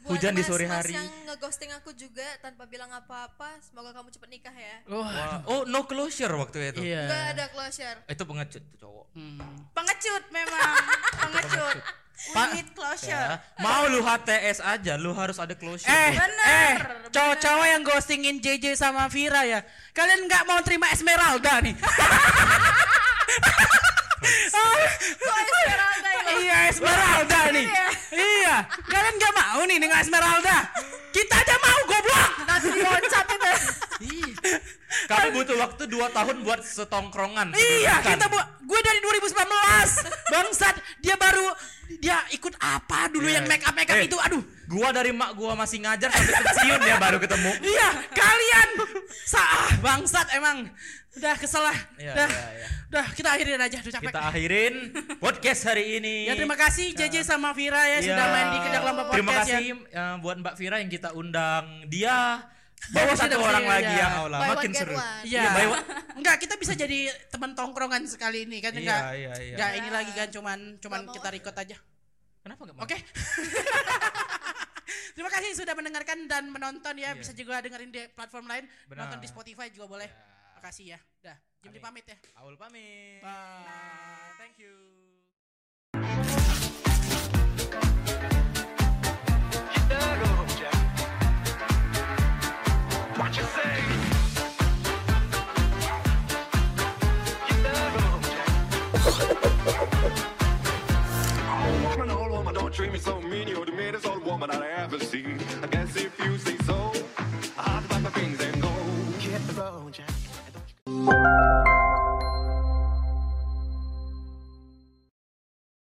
S5: Buat
S3: Hujan di
S5: mas-
S3: sore
S5: mas
S3: hari.
S5: yang ngeghosting aku juga tanpa bilang apa-apa, semoga kamu cepat nikah ya.
S4: Oh.
S3: Wah, Oh, no closure waktu itu.
S4: Iya.
S5: Gak ada closure.
S3: Itu pengecut tuh cowok.
S4: Hmm.
S6: Pengecut memang, pengecut. We
S3: Pak-
S6: need closure.
S5: Iya.
S3: Ya. Mau lu HTS aja, lu harus ada closure.
S4: Eh,
S3: bro.
S6: Bener,
S4: eh,
S6: bener.
S4: cowok-cowok yang ghostingin JJ sama Vira ya. Kalian nggak mau terima Esmeralda nih.
S6: Kok Esmeralda ya?
S4: iya, Esmeralda nih. iya, kalian nggak mau nih dengan Esmeralda. Kita aja mau goblok.
S6: Nanti loncat itu. ya.
S3: Kamu butuh waktu 2 tahun buat setongkrongan.
S4: iya,
S3: Bukan.
S4: kita buat gue dari 2019. Bangsat, dia baru dia ikut apa dulu
S3: Iya.
S4: yang make up make up
S3: Eh.
S4: itu. Aduh.
S3: Gua dari mak gua masih ngajar sampai pensiun ya baru ketemu.
S4: Iya, kalian sah bangsat emang. Udah kesel lah.
S3: Iya,
S4: Udah.
S3: iya, iya.
S4: Udah, kita akhirin aja. Udah capek.
S3: Kita akhirin podcast hari ini.
S4: Ya terima kasih JJ sama Vira
S3: Iya.
S4: ya sudah main di Kejak Lomba Podcast
S3: Terima kasih
S4: ya.
S3: eh, buat Mbak Vira yang kita undang. Dia bawa
S4: Dia
S3: satu
S4: sudah
S3: orang
S4: kesini,
S3: lagi
S4: iya.
S3: ya Allah,
S5: Buy one,
S3: makin
S5: get
S3: seru.
S5: one.
S4: Iya.
S3: Iya, by one-
S4: Enggak, kita bisa jadi teman tongkrongan sekali ini kan
S3: Iya,
S4: enggak.
S3: iya, iya.
S4: Enggak ini lagi kan cuman cuman
S5: Nggak mau
S4: kita
S5: ah.
S4: record aja.
S3: Kenapa enggak?
S4: Oke. Terima kasih sudah mendengarkan dan menonton ya. Bisa juga dengerin di platform lain,
S3: Iya. Benar. Iya.
S4: nonton di Spotify juga boleh. Makasih ya. Dah, jadi
S3: Amin.
S4: pamit ya.
S3: Aul pamit.
S4: Bye. Thank you.
S2: What you say?
S1: woman, old woman, don't treat me so mean. You're the meanest old woman I ever seen. I guess if you say so, I'll pack my things and go.
S2: Get the road, Jack. and don't you-